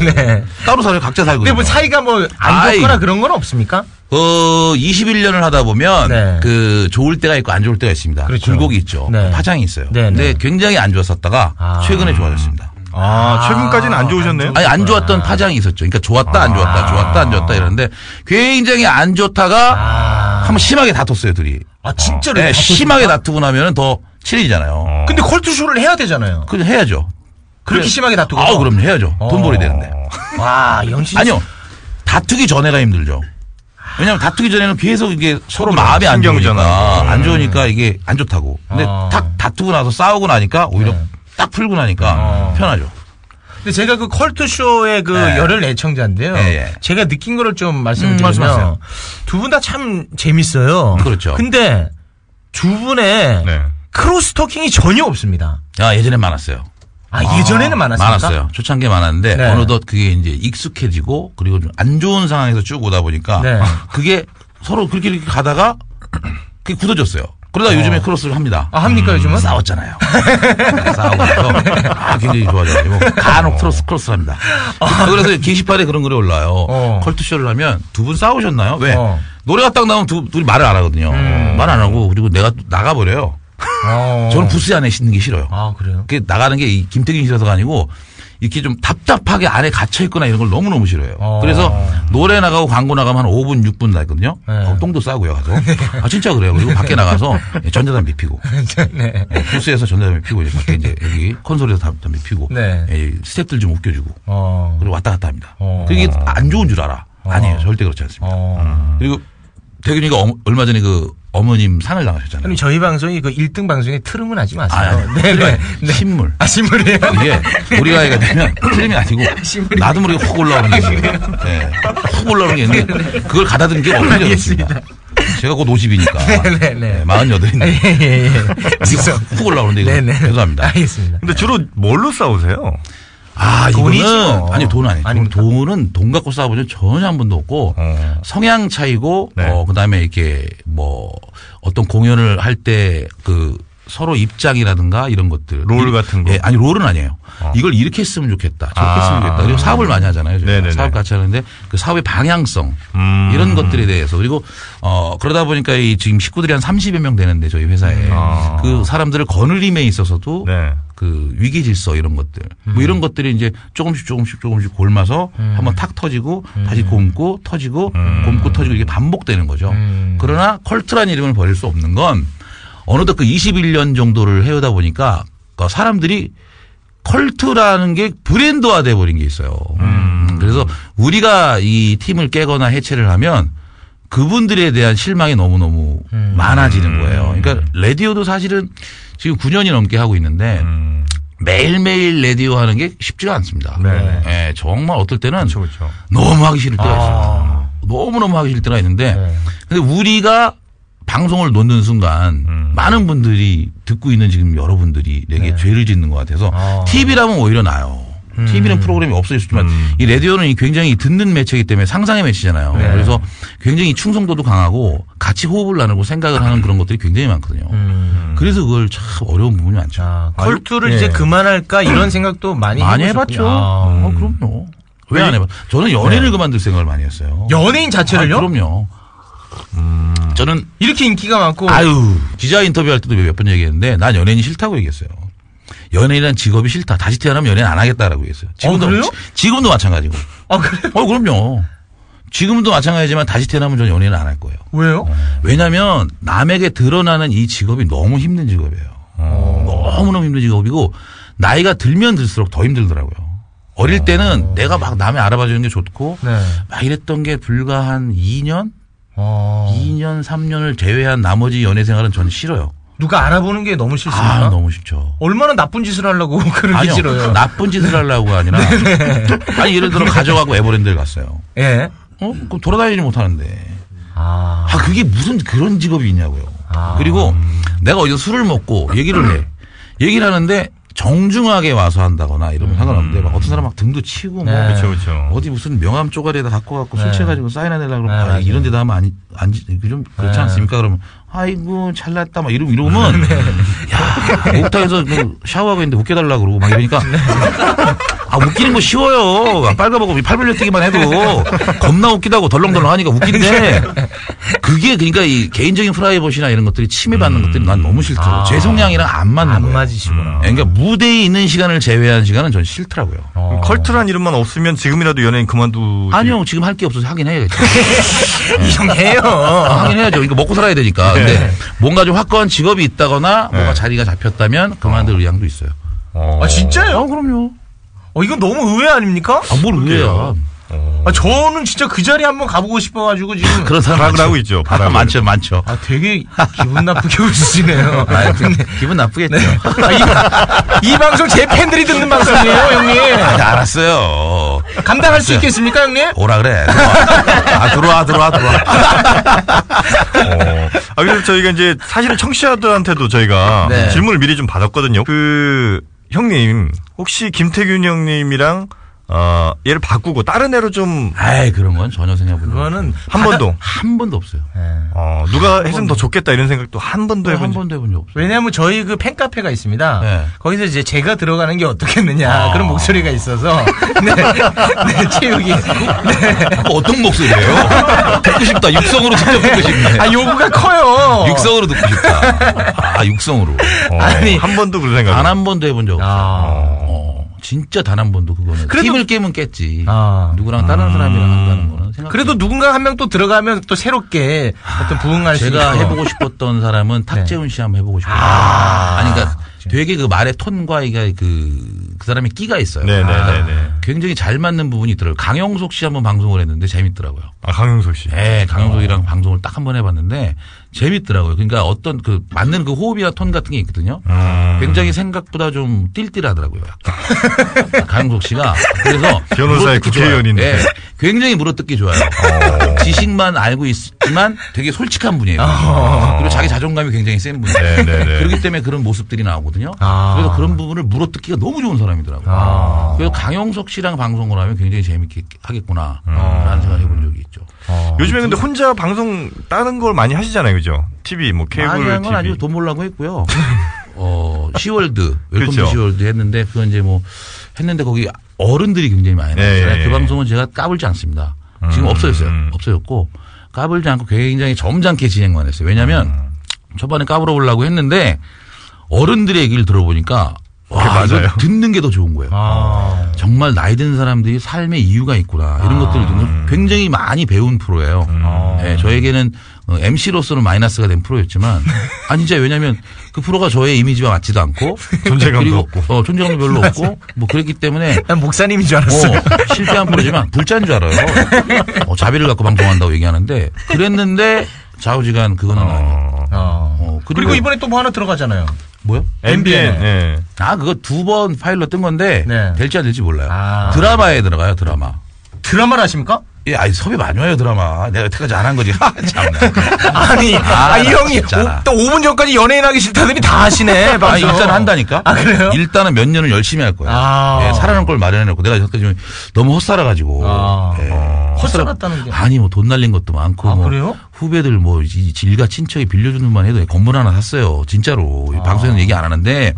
Speaker 13: 따로 살아요. 각자 살고.
Speaker 12: 근데 뭐 사이가 뭐 안 좋거나 그런 건 없습니까?
Speaker 13: 어, 21년을 하다 보면
Speaker 12: 네.
Speaker 13: 그 좋을 때가 있고 안 좋을 때가 있습니다.
Speaker 12: 그렇죠.
Speaker 13: 굴곡이 있죠. 파장이 있어요.
Speaker 12: 네,
Speaker 13: 근데 굉장히 안 좋았었다가
Speaker 12: 아.
Speaker 13: 최근에 좋아졌습니다.
Speaker 11: 아, 최근까지는 안 좋으셨네요?
Speaker 13: 아니 안 좋았던 파장이 있었죠. 그러니까 좋았다 안
Speaker 12: 아.
Speaker 13: 좋았다 좋았다 안 좋았다 이러는데 굉장히 안 좋다가 한번 심하게 다퉜어요 둘이.
Speaker 12: 아 진짜로?
Speaker 13: 네, 심하게 다투고 나면은 더 친해지잖아요.
Speaker 12: 근데 콜투쇼를 해야 되잖아요.
Speaker 13: 그 해야죠.
Speaker 12: 어. 그렇게
Speaker 13: 그래-
Speaker 12: 심하게 다투고.
Speaker 13: 아우, 그럼 해야죠. 돈 벌어야 되는데.
Speaker 12: 와, 연신.
Speaker 13: 아니요. 다투기 전에가 힘들죠. 왜냐면 다투기 전에는 계속 이게 서로 마음이 안 좋으니까 안 좋으니까 이게 안 좋다고. 근데 딱 다투고 나서 싸우고 나니까 오히려 딱 풀고 나니까 편하죠.
Speaker 12: 근데 제가 그 컬투쇼의 그
Speaker 13: 네. 예,
Speaker 12: 열혈 애청자인데요. 제가 느낀 거를 좀 말씀을
Speaker 13: 음,
Speaker 12: 드리면
Speaker 13: 말씀하세요.
Speaker 12: 두 분 다 참 재밌어요.
Speaker 13: 그렇죠. 네.
Speaker 12: 근데 두 분의 크로스토킹이 전혀 없습니다.
Speaker 13: 아 예전에 많았어요.
Speaker 12: 아, 예전에는 많았습니까?
Speaker 13: 많았어요. 초창기에 많았는데
Speaker 12: 네.
Speaker 13: 어느덧 그게 이제 익숙해지고 그리고 좀 안 좋은 상황에서 쭉 오다 보니까
Speaker 12: 네.
Speaker 13: 그게 서로 그렇게 이렇게 가다가 그게 굳어졌어요. 그러다 요즘에 크로스를 합니다. 음,
Speaker 12: 아, 합니까, 요즘은?
Speaker 13: 싸웠잖아요. 싸우고 나서 아, 굉장히 좋아져가지고 간혹 크로스 크로스를 합니다.
Speaker 12: 어.
Speaker 13: 아, 그래서 게시판에 그런 글이 올라요. 컬투쇼를 하면 두 분 싸우셨나요? 왜?
Speaker 12: 어.
Speaker 13: 노래가 딱 나오면 두, 둘이 말을 안 하거든요.
Speaker 12: 음.
Speaker 13: 말 안 하고 그리고 내가 나가버려요. 저는 부스 안에 씻는 게 싫어요.
Speaker 12: 어. 아, 그래요?
Speaker 13: 그게 나가는 게 이 김태균 씨라서가 아니고 이렇게 좀 답답하게 안에 갇혀 있거나 이런 걸 너무너무 싫어해요. 그래서 노래 나가고 광고 나가면 한 5분, 6분 나거든요.
Speaker 12: 네.
Speaker 13: 어, 똥도 싸고요, 가서. 아, 진짜 그래요. 그리고 밖에 나가서 예, 전자담배 피고.
Speaker 12: 네.
Speaker 13: 예, 부스에서 전자담배 피고, 이제 밖에 이제 여기 콘솔에서 담- 담배 피고.
Speaker 12: 네.
Speaker 13: 예, 스탭들 좀 웃겨주고.
Speaker 12: 어.
Speaker 13: 그리고 왔다 갔다 합니다.
Speaker 12: 어.
Speaker 13: 그게 안 좋은 줄 알아. 아니에요. 절대 그렇지 않습니다. 음. 그리고 태균이가 어머- 얼마 전에 그 어머님 상을 나가셨잖아요.
Speaker 12: 형님 저희 방송이 그 1등 방송에 트름은 하지 마세요.
Speaker 13: 아, 아니,
Speaker 12: 네네.
Speaker 13: 신물.
Speaker 12: 아, 신물이에요?
Speaker 13: 예. 이게 우리 나이가 되면 틀림이 아니고 나도 모르게 확 올라오는 게 있어요. 네. 확 올라오는 게 있는데 그걸 가다듬는 게 어려운 게 있습니다. 제가 곧 50이니까.
Speaker 12: 네네네.
Speaker 13: 48인데.
Speaker 12: 예, 예.
Speaker 13: 이게 확- 확 올라오는데 이거
Speaker 12: 네네.
Speaker 13: 죄송합니다.
Speaker 12: 알겠습니다.
Speaker 13: 근데 주로 뭘로 싸우세요? 아, 이거는
Speaker 12: 돈이죠.
Speaker 13: 아니 돈 아니에요. 돈- 돈은 돈 갖고 싸워본 적 전혀 한 번도 없고 성향 차이고 어 그다음에 이렇게 뭐 어떤 공연을 할 때 그 서로 입장이라든가 이런 것들 롤 같은 거 어. 아니 롤은 아니에요. 이걸 이렇게 했으면 좋겠다, 저렇게
Speaker 11: 아.
Speaker 13: 했으면 좋겠다. 그리고 사업을 많이 하잖아요. 저희가.
Speaker 11: 네네네.
Speaker 13: 사업 같이 하는데 그 사업의 방향성 이런 것들에 대해서 그리고 어 그러다 보니까 이 지금 식구들이 한 30여 명 되는데 저희 회사에 그 사람들을 거느림에 있어서도
Speaker 11: 네.
Speaker 13: 그 위기 질서 이런 것들 뭐 이런 것들이 이제 조금씩 조금씩 조금씩 골마서 한번 탁 터지고 다시 곰고 터지고 곰고 터지고 이게 반복되는 거죠. 그러나 컬트란 이름을 버릴 수 없는 건 어느덧 그 21년 정도를 해오다 보니까 그러니까 사람들이 컬트라는 게 브랜드화 돼 버린 게 있어요. 음, 그래서 우리가 이 팀을 깨거나 해체를 하면 그분들에 대한 실망이 너무너무 많아지는 거예요. 그러니까 라디오도 사실은 지금 9년이 넘게 하고 있는데 매일매일 레디오 하는 게 쉽지가 않습니다.
Speaker 11: 네.
Speaker 13: 예, 정말 어떨 때는 너무 하기 싫을 때가 있어요.
Speaker 12: 아.
Speaker 13: 너무너무 하기 싫을 때가 있는데
Speaker 12: 네.
Speaker 13: 근데 우리가 방송을 놓는 순간
Speaker 12: 음.
Speaker 13: 많은 분들이 듣고 있는 지금 여러분들이
Speaker 12: 네.
Speaker 13: 내게 죄를 짓는 것 같아서 TV라면 오히려 나요.
Speaker 12: 음.
Speaker 13: TV는 프로그램이 없어질 수 있지만 이 라디오는 이 굉장히 듣는 매체이기 때문에 상상의 매체잖아요.
Speaker 11: 네.
Speaker 13: 그래서 굉장히 충성도도 강하고 같이 호흡을 나누고 생각을 하는 그런 것들이 굉장히 많거든요. 그래서 그걸 참 어려운 부분이 많죠.
Speaker 12: 음. 아,
Speaker 13: 아, 예.
Speaker 12: 컬투를 이제 그만할까 이런 생각도 많이
Speaker 13: 많이
Speaker 12: 해보셨군요.
Speaker 13: 해봤죠.
Speaker 12: 아.
Speaker 13: 어, 그럼요. 왜 안 해봐? 저는 연애를
Speaker 12: 네.
Speaker 13: 그만둘 생각을 많이 했어요.
Speaker 12: 연예인 자체를요? 음.
Speaker 13: 아, 그럼요. 저는
Speaker 12: 이렇게 인기가 많고
Speaker 13: 아유 기자 인터뷰할 때도 몇 번 얘기했는데 난 연예인이 싫다고 얘기했어요. 연예인이란 직업이 싫다. 다시 태어나면 연예인 안 하겠다라고 얘기했어요. 지금도 지- 지금도 마찬가지고.
Speaker 12: 아 그래요?
Speaker 13: 어 그럼요. 지금도 마찬가지지만 다시 태어나면 저는 연예인 안 할 거예요.
Speaker 12: 왜요?
Speaker 13: 왜냐하면 남에게 드러나는 이 직업이 너무 힘든 직업이에요. 어,
Speaker 12: 어.
Speaker 13: 너무너무 힘든 직업이고 나이가 들면 들수록 더 힘들더라고요.
Speaker 12: 아.
Speaker 13: 어릴 때는 내가 막 남의 알아봐 주는 게 좋고
Speaker 12: 네.
Speaker 13: 막 이랬던 게 불과 한 2년?
Speaker 12: 어.
Speaker 13: 2년, 3년을 제외한 나머지 연애 생활은 저는 싫어요.
Speaker 12: 누가 알아보는 게 너무 싫습니다.
Speaker 13: 아, 너무 싫죠.
Speaker 12: 얼마나 나쁜 짓을 하려고 그런 게
Speaker 13: 아니요.
Speaker 12: 싫어요. 네.
Speaker 13: 나쁜 짓을 하려고가 아니라 아니 예를 들어 가족하고 에버랜드를 갔어요.
Speaker 12: 예.
Speaker 13: 어? 그럼 돌아다니지 못하는데. 아. 그게 무슨 그런 직업이 있냐고요.
Speaker 11: 아.
Speaker 13: 그리고 내가 어디서 술을 먹고 얘기를 해. 얘기를 하는데 정중하게 와서 한다거나 이러면 상관없는데 막 어떤 사람 막 등도 치고 뭐
Speaker 11: 음. 네. 그쵸, 그쵸.
Speaker 13: 어디 무슨 명함 쪼가리에다 갖고 갖고 술
Speaker 11: 네.
Speaker 13: 취해가지고 사인해내려고 그러면
Speaker 11: 네,
Speaker 13: 아,
Speaker 11: 맞아요.
Speaker 13: 이런 데다 하면 아니, 안, 지- 좀 그렇지
Speaker 11: 네.
Speaker 13: 않습니까? 그러면 아이고 잘났다 막 이러면 이러면 야 목욕탕에서 그 샤워하고 있는데 웃겨달라 그러고 막 이러니까
Speaker 11: 네.
Speaker 13: 아 웃기는 거 쉬워요 아, 빨가보고 팔벌려 뛰기만 해도 겁나 웃기다고 덜렁덜렁 하니까 웃긴데 그게 그러니까 이 개인적인 프라이버시나 이런 것들이 침해받는 것들이 난 너무 싫더라고 요제 성향이랑 안 맞는 음. 아, 안 거예요 맞으시구나 그러니까 무대에 있는 시간을 제외한 시간은 전 싫더라고요
Speaker 12: 어.
Speaker 11: 컬트란 이름만 없으면 지금이라도 연예인 그만두.
Speaker 13: 어. 아니요, 지금 할 게 없어서 하긴 해야겠죠. 아,
Speaker 12: 이형 해요.
Speaker 13: 하긴 해야죠. 이거 먹고 살아야 되니까. 근데 뭔가 좀 확고한 직업이 있다거나 뭔가 자리가 잡혔다면 그만둘 의향도 네. 있어요. 네.
Speaker 12: 아 진짜요?
Speaker 13: 그럼요.
Speaker 12: 어 이건 너무 의외 아닙니까?
Speaker 13: 아뭘 의외야.
Speaker 12: 아 저는 진짜 그 자리 에 한번 가보고 싶어가지고 지금
Speaker 13: 그런 사람
Speaker 12: 을
Speaker 13: 많죠. 아, 많죠, 많죠.
Speaker 12: 아 되게 기분 나쁘게 웃으시네요.
Speaker 13: 아, 네. 좀 기분 나쁘겠죠.
Speaker 12: 이 방송 제 팬들이 듣는 방송이에요, 형님.
Speaker 13: 아니, 알았어요.
Speaker 12: 감당할 수
Speaker 13: 알았어요.
Speaker 12: 있겠습니까, 형님?
Speaker 13: 오라 그래. 들어와. 아, 들어와, 들어와, 들어와.
Speaker 11: 아, 그래서 저희가 이제 사실은 청취자들한테도 저희가
Speaker 13: 네.
Speaker 11: 질문을 미리 좀 받았거든요. 그, 형님, 혹시 김태균 형님이랑, 어, 얘를 바꾸고 다른 애로 좀.
Speaker 13: 아이, 그런 건 전혀 생각해보지
Speaker 11: 그거는. 한 번도.
Speaker 13: 한 번도 없어요.
Speaker 12: 아, 네.
Speaker 11: 어, 누가 했으면 더 좋겠다 이런 생각도 한 번도 해본
Speaker 13: 네, 한 번도 해본 적 없어요.
Speaker 12: 왜냐하면 저희 그 팬카페가 있습니다.
Speaker 13: 네.
Speaker 12: 거기서 이제 제가 들어가는 게 어떻겠느냐
Speaker 13: 아.
Speaker 12: 그런 목소리가 있어서 네, 네 체육이
Speaker 13: 아, 어떤 목소리예요? 듣고 싶다. 육성으로 직접 듣고 싶네.
Speaker 12: 아 요구가 커요.
Speaker 13: 육성으로 듣고 싶다. 아, 육성으로.
Speaker 12: 아니.
Speaker 11: 한 번도 그런 생각.
Speaker 13: 단한 번도 해본 적 없어요.
Speaker 12: 아.
Speaker 13: 어, 진짜 단 한 번도 그거는. 팀을 깨면 깼지. 누구랑 다른 사람이랑 한다는 거는 생각.
Speaker 12: 아. 그래도 누군가 한 명 또 들어가면 또 새롭게 어떤 부흥할 수
Speaker 13: 제가
Speaker 12: 있고.
Speaker 13: 해보고 싶었던 사람은 탁재훈 씨 한번 해보고 싶어요. 아니, 그러니까 되게 그 말의 톤과 이게 그, 그 사람의 끼가 있어요.
Speaker 11: 네네네네.
Speaker 13: 그러니까 굉장히 잘 맞는 부분이 있더라고요. 강영석 씨 한번 방송을 했는데 재밌더라고요.
Speaker 11: 아, 강용석 씨.
Speaker 13: 네, 강영석이랑 방송을 딱 한 번 해봤는데 재밌더라고요. 그러니까 어떤 그 맞는 그 호흡이나 톤 같은 게 있거든요.
Speaker 11: 음.
Speaker 13: 굉장히 생각보다 좀 띨띨하더라고요. 약간. 강영석 씨가 그래서
Speaker 11: 변호사의
Speaker 13: 물어뜯기
Speaker 11: 국회의원인데.
Speaker 13: 좋아요. 네, 굉장히 물어뜯기 좋아요. 지식만 알고 있지만 되게 솔직한 분이에요.
Speaker 11: 어.
Speaker 13: 그리고 자기 자존감이 굉장히 센 분이에요.
Speaker 11: 네, 네, 아. 네.
Speaker 13: 그렇기 때문에 그런 모습들이 나오거든요. 그래서 그런 부분을 물어뜯기가 너무 좋은 사람이더라고요.
Speaker 11: 아.
Speaker 13: 그래서 강영석 씨랑 방송을 하면 굉장히 재밌게 하겠구나라는
Speaker 11: 음.
Speaker 13: 생각을 해본 적이 있죠.
Speaker 11: 요즘에 근데 혼자 방송 다른 걸 많이 하시잖아요, 그죠? TV, 뭐 케이블
Speaker 13: 많이 한건
Speaker 11: TV.
Speaker 13: 아니고 돈 벌라고 했고요. 어, 시월드, 웰컴
Speaker 11: 그렇죠.
Speaker 13: 투 시월드 했는데 그건 이제 뭐 했는데 거기 어른들이 굉장히 많이
Speaker 11: 예,
Speaker 13: 나왔어요.
Speaker 11: 예, 음.
Speaker 13: 그
Speaker 11: 예.
Speaker 13: 방송은 제가 까불지 않습니다. 지금 없어졌어요. 없어졌고 까불지 않고 굉장히 점잖게 진행만 했어요. 왜냐하면
Speaker 11: 음.
Speaker 13: 초반에 까불어 보려고 했는데 어른들의 얘기를 들어보니까 와,
Speaker 11: 그게 맞아요. 아.
Speaker 13: 이거 듣는 게 더 좋은 거예요. 정말 나이 든 사람들이 삶의 이유가 있구나 이런 것들을
Speaker 11: 음.
Speaker 13: 듣는 굉장히 많이 배운 프로예요.
Speaker 11: 아.
Speaker 13: 네, 저에게는 MC로서는 마이너스가 된 프로였지만 아 진짜 왜냐하면 그 프로가 저의 이미지와 맞지도 않고
Speaker 11: 존재감도
Speaker 13: 그리고
Speaker 11: 없고.
Speaker 13: 어, 존재감도 별로 없고 뭐 그랬기 때문에
Speaker 12: 난 목사님인 줄 알았어요.
Speaker 13: 어, 실패한 프로지만 불자인 줄 알아요. 어, 자비를 갖고 방송한다고 얘기하는데
Speaker 11: 어.
Speaker 13: 그랬는데 좌우지간 그거는 아니에요. 어.
Speaker 12: 어. 그리고, 이번에 또 뭐 하나 들어가잖아요.
Speaker 13: 뭐요?
Speaker 11: MBN.
Speaker 12: 예.
Speaker 13: 아 그거 두 번 파일로 뜬 건데 될지 안 될지 몰라요. 드라마에 들어가요 드라마.
Speaker 12: 드라마를 하십니까?
Speaker 13: 예, 아니 섭외 많이 와요 드라마. 내가 여태까지 안 한 거지. 하, 참나.
Speaker 12: 아니, 아, 이
Speaker 13: 나
Speaker 12: 형이
Speaker 13: 진짜나.
Speaker 12: 오- 또 5분 전까지 연예인 하기 싫다더니 다 하시네.
Speaker 13: 아,
Speaker 12: 방송.
Speaker 13: 일단 한다니까.
Speaker 12: 아, 그래요?
Speaker 13: 일단은 몇 년을 열심히 할 거야.
Speaker 12: 아.
Speaker 13: 예, 살아남을 걸 마련해놓고 내가 여태까지 좀 너무 헛살아가지고. 예.
Speaker 12: 어. 헛살았다는 게. 아,
Speaker 13: 아니 뭐 돈 날린 것도 많고 뭐
Speaker 12: 그래요?
Speaker 13: 후배들 뭐 이- 일가 친척이 빌려주는 만 해도 건물 하나 샀어요 진짜로
Speaker 12: 아.
Speaker 13: 이 방송에서 얘기 안 하는데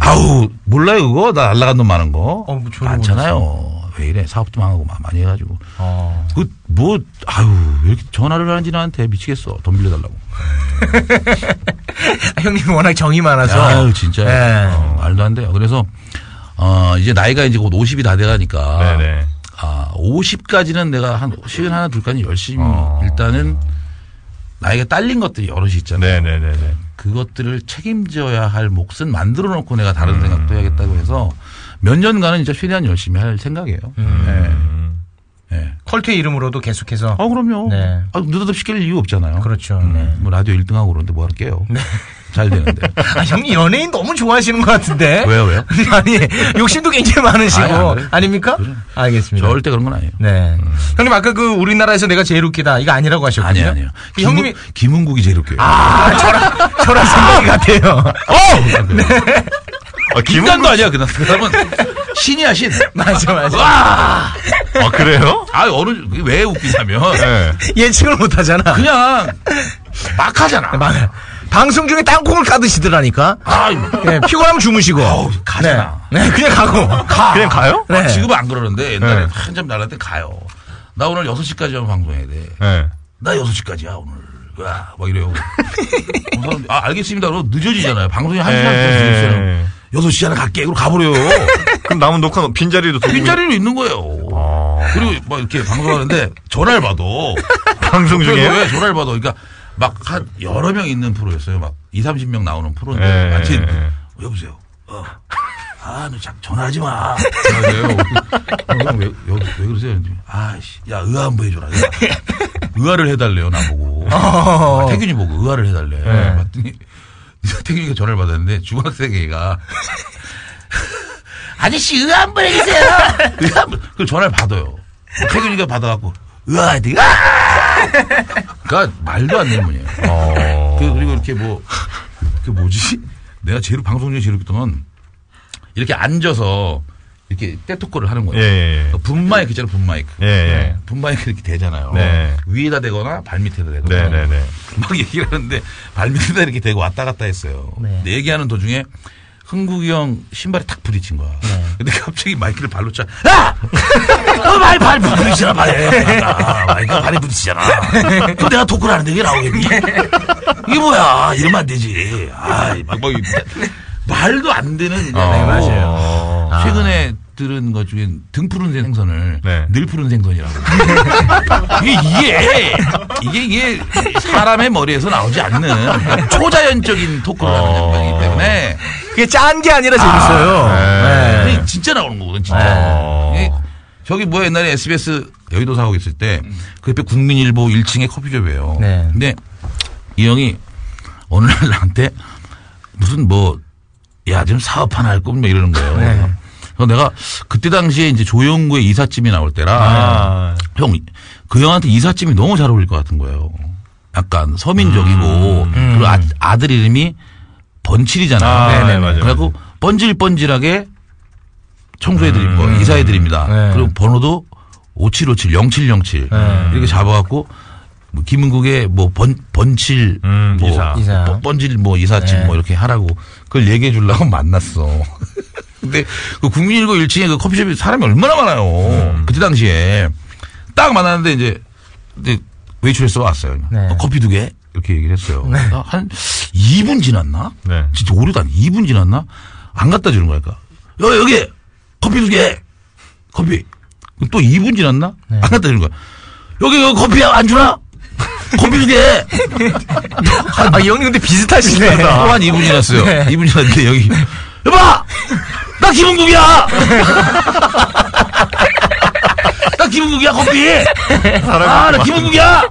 Speaker 13: 아우 몰라요 그거 나 날라간 돈 많은 거
Speaker 12: 음. 어, 뭐 저런
Speaker 13: 많잖아요 왜 이래 사업도 망하고 마- 많이 해가지고
Speaker 12: 어.
Speaker 13: 그 뭐 아유 왜 이렇게 전화를 하는지 나한테 미치겠어 돈 빌려달라고
Speaker 12: 아, 형님 워낙 정이 많아서.
Speaker 13: 아유, 진짜.
Speaker 12: 예.
Speaker 13: 어, 말도 안 돼요. 그래서, 어, 이제 나이가 이제 곧 50이 다 돼가니까.
Speaker 11: 네,
Speaker 13: 아, 50까지는 내가 한, 시은 하나, 둘까지 열심히, 일단은, 나이가 딸린 것들이 여럿이 있잖아요. 그것들을 책임져야 할 몫은 만들어 놓고 내가 다른 생각도 해야겠다고 해서 몇 년간은 진짜 최대한 열심히 할 생각이에요. 예. 예.
Speaker 12: 컬트의 이름으로도 계속해서.
Speaker 13: 아, 그럼요. 아, 느닷없이 깰 이유 없잖아요.
Speaker 12: 네. 그렇죠. 네.
Speaker 13: 뭐 라디오 1등하고 그러는데 뭐 할게요. 잘 되는데.
Speaker 12: 아, 형님 연예인 너무 좋아하시는 것 같은데.
Speaker 13: 왜요, 왜요?
Speaker 12: 아니, 욕심도 굉장히
Speaker 13: 아니, 안
Speaker 12: 많으시고.
Speaker 13: 그래요.
Speaker 12: 아닙니까 알겠습니다.
Speaker 13: 절대 그런 건 아니에요.
Speaker 12: 네. 형님 아까 그 우리나라에서 내가 제일 웃기다 이거 아니라고 하셨거든요.
Speaker 13: 아니에요, 아니에요.
Speaker 12: 그 형님이
Speaker 13: 김은국이 제일 웃겨요. 어!
Speaker 12: 아, 저랑 저랑 생각이 같아요. 어!
Speaker 13: 네. 인간도 아니야, 그냥. 그 사람은 신이야, 신.
Speaker 12: 아, 맞아, 맞아.
Speaker 13: 와!
Speaker 11: 아, 그래요?
Speaker 13: 아, 어느, 그게 왜 웃기냐면.
Speaker 12: 네. 예측을 못 하잖아.
Speaker 13: 그냥 막 하잖아.
Speaker 12: 네, 방송 중에 땅콩을 까드시더라니까.
Speaker 13: 아,
Speaker 12: 네, 피곤하면 주무시고.
Speaker 13: 가잖아.
Speaker 12: 네. 네, 그냥 가고.
Speaker 11: 아.
Speaker 13: 그냥 가요?
Speaker 12: 네.
Speaker 13: 지금은 안 그러는데 옛날에
Speaker 12: 네.
Speaker 13: 한참 날라때 가요. 나 오늘 6시까지 하면 방송해야 돼.
Speaker 11: 네.
Speaker 13: 나 6시까지야, 오늘. 와, 막 이래요. 그 사람, 아, 알겠습니다. 그럼 늦어지잖아요. 방송이 한시간
Speaker 12: 네.
Speaker 11: 예.
Speaker 13: 늦어지잖아요. 6시 안에 갈게. 그럼 가버려요.
Speaker 11: 그럼 남은 녹화 빈자리도 두고 아,
Speaker 13: 빈자리로 있는 거예요. 그리고 막 이렇게 방송하는데 전화를 받아.
Speaker 11: 방송 중에요?
Speaker 13: 왜 전화를 받아. 그러니까 막 한 여러 명 있는 프로였어요. 막 2, 30명 나오는 프로인데
Speaker 11: 예,
Speaker 13: 마침
Speaker 11: 예, 예.
Speaker 13: 여보세요. 어. 아, 너 자꾸 전화하지 마. 그래요. 어, 왜, 여- 왜 그러세요? 아씨, 야, 의아 한번 해줘라. 의아. 의아를 해달래요, 나보고.
Speaker 12: 어.
Speaker 13: 아, 태균이 보고 의아를 해달래.
Speaker 12: 네.
Speaker 13: 봤더니 태균이가 전화를 받았는데 중학생 애가 아저씨 의아 한 번 해주세요. 의아 한번. 그 전화를 받아요. 태균이가 받아갖고 의아 내가 그러니까 말도 안 되는 분이에요.
Speaker 11: 어.
Speaker 13: 그, 그리고 이렇게 뭐, 그 뭐지? 내가 제일 방송 중에 제일 웃겼던 건 이렇게 앉아서 이렇게 떼토크를 하는 거예요. 그
Speaker 11: 예, 예, 예.
Speaker 13: 분마이크 있잖아요, 분마이크. 네,
Speaker 11: 예, 예.
Speaker 13: 분마이크 이렇게 대잖아요.
Speaker 11: 네.
Speaker 13: 위에다 대거나 발밑에다
Speaker 11: 네,
Speaker 13: 대거나.
Speaker 11: 네, 네.
Speaker 13: 막 얘기를 하는데 발밑에다 이렇게 대고 왔다 갔다 했어요.
Speaker 11: 네.
Speaker 13: 근데 얘기하는 도중에 흥국이 형 신발에 탁 부딪힌 거야. 근데 갑자기 마이크를 발로 차.
Speaker 12: 아!
Speaker 13: 야! 너말 발이 부딪히잖아, 발에. 아, 마이크가 발이 부딪히잖아. 그럼 내가 토크를 하는데 이게 나오겠니? 이게 뭐야. 이러면 안 되지. 아이, 막, 막, 이- 말도 안 되는.
Speaker 11: 네, 맞아요.
Speaker 13: 최근에 들은 것 중에 등 푸른 생선을 늘 푸른 생선이라고. 이게, 이게, 이게, 이게 사람의 머리에서 나오지 않는 그러니까 초자연적인 토크를 하는 장면이기 때문에.
Speaker 12: 그게 짠 게 아니라 재밌어요.
Speaker 13: 아,
Speaker 12: 네.
Speaker 13: 근데 진짜 나오는 거거든, 진짜. 어. 이게 저기 뭐야, 옛날에 SBS 여의도 사옥 있을 때, 그 옆에 국민일보 1층에 커피숍이에요.
Speaker 12: 네.
Speaker 13: 근데 이 형이 어느 날 나한테 무슨 뭐, 야, 지금 사업 하나 할 거면 막 이러는 거예요.
Speaker 12: 네.
Speaker 13: 그래서 내가 그때 당시에 이제 조영구의 이삿짐이 나올 때라
Speaker 11: 아.
Speaker 13: 형, 그 형한테 이삿짐이 너무 잘 어울릴 것 같은 거예요. 약간 서민적이고 그리고 아, 아들 이름이 번칠이잖아요.
Speaker 11: 음. 아, 네네, 맞아요,
Speaker 13: 그래갖고 번질번질하게 청소해드립니다.
Speaker 11: 음.
Speaker 13: 이사해드립니다.
Speaker 11: 네.
Speaker 13: 그리고 번호도 5757, 0707 이렇게 잡아갖고 뭐 김은국의 뭐 번, 번칠 뭐
Speaker 11: 음, 이사.
Speaker 12: 이사.
Speaker 13: 번- 번질 뭐 이삿짐
Speaker 12: 네.
Speaker 13: 뭐 이렇게 하라고 그걸 얘기해 주려고 만났어. 근데 그 국민일보 1층에 그 커피숍이 사람이 얼마나 많아요. 그때 당시에 딱 만났는데 이제 이제 웨이트레스 왔어요. 어, 커피 두 개? 이렇게 얘기를 했어요. 아, 한 2분 지났나? 진짜 오래도 안 2분 지났나? 안 갖다 주는 거니까. 여기, 여기! 커피 두 개! 커피. 그럼 또 2분 지났나? 안 갖다 주는 거야. 여기, 여기 커피 안 주나? 커피 두 개! 아, 이 형님 근데 비슷하시네. 또한 2분 지났어요.
Speaker 12: 네.
Speaker 13: 2분 지났는데 여기. 여봐! 나 김은국이야! 나 김은국이야 커피.
Speaker 14: 사람이
Speaker 13: 아나 김은국이야.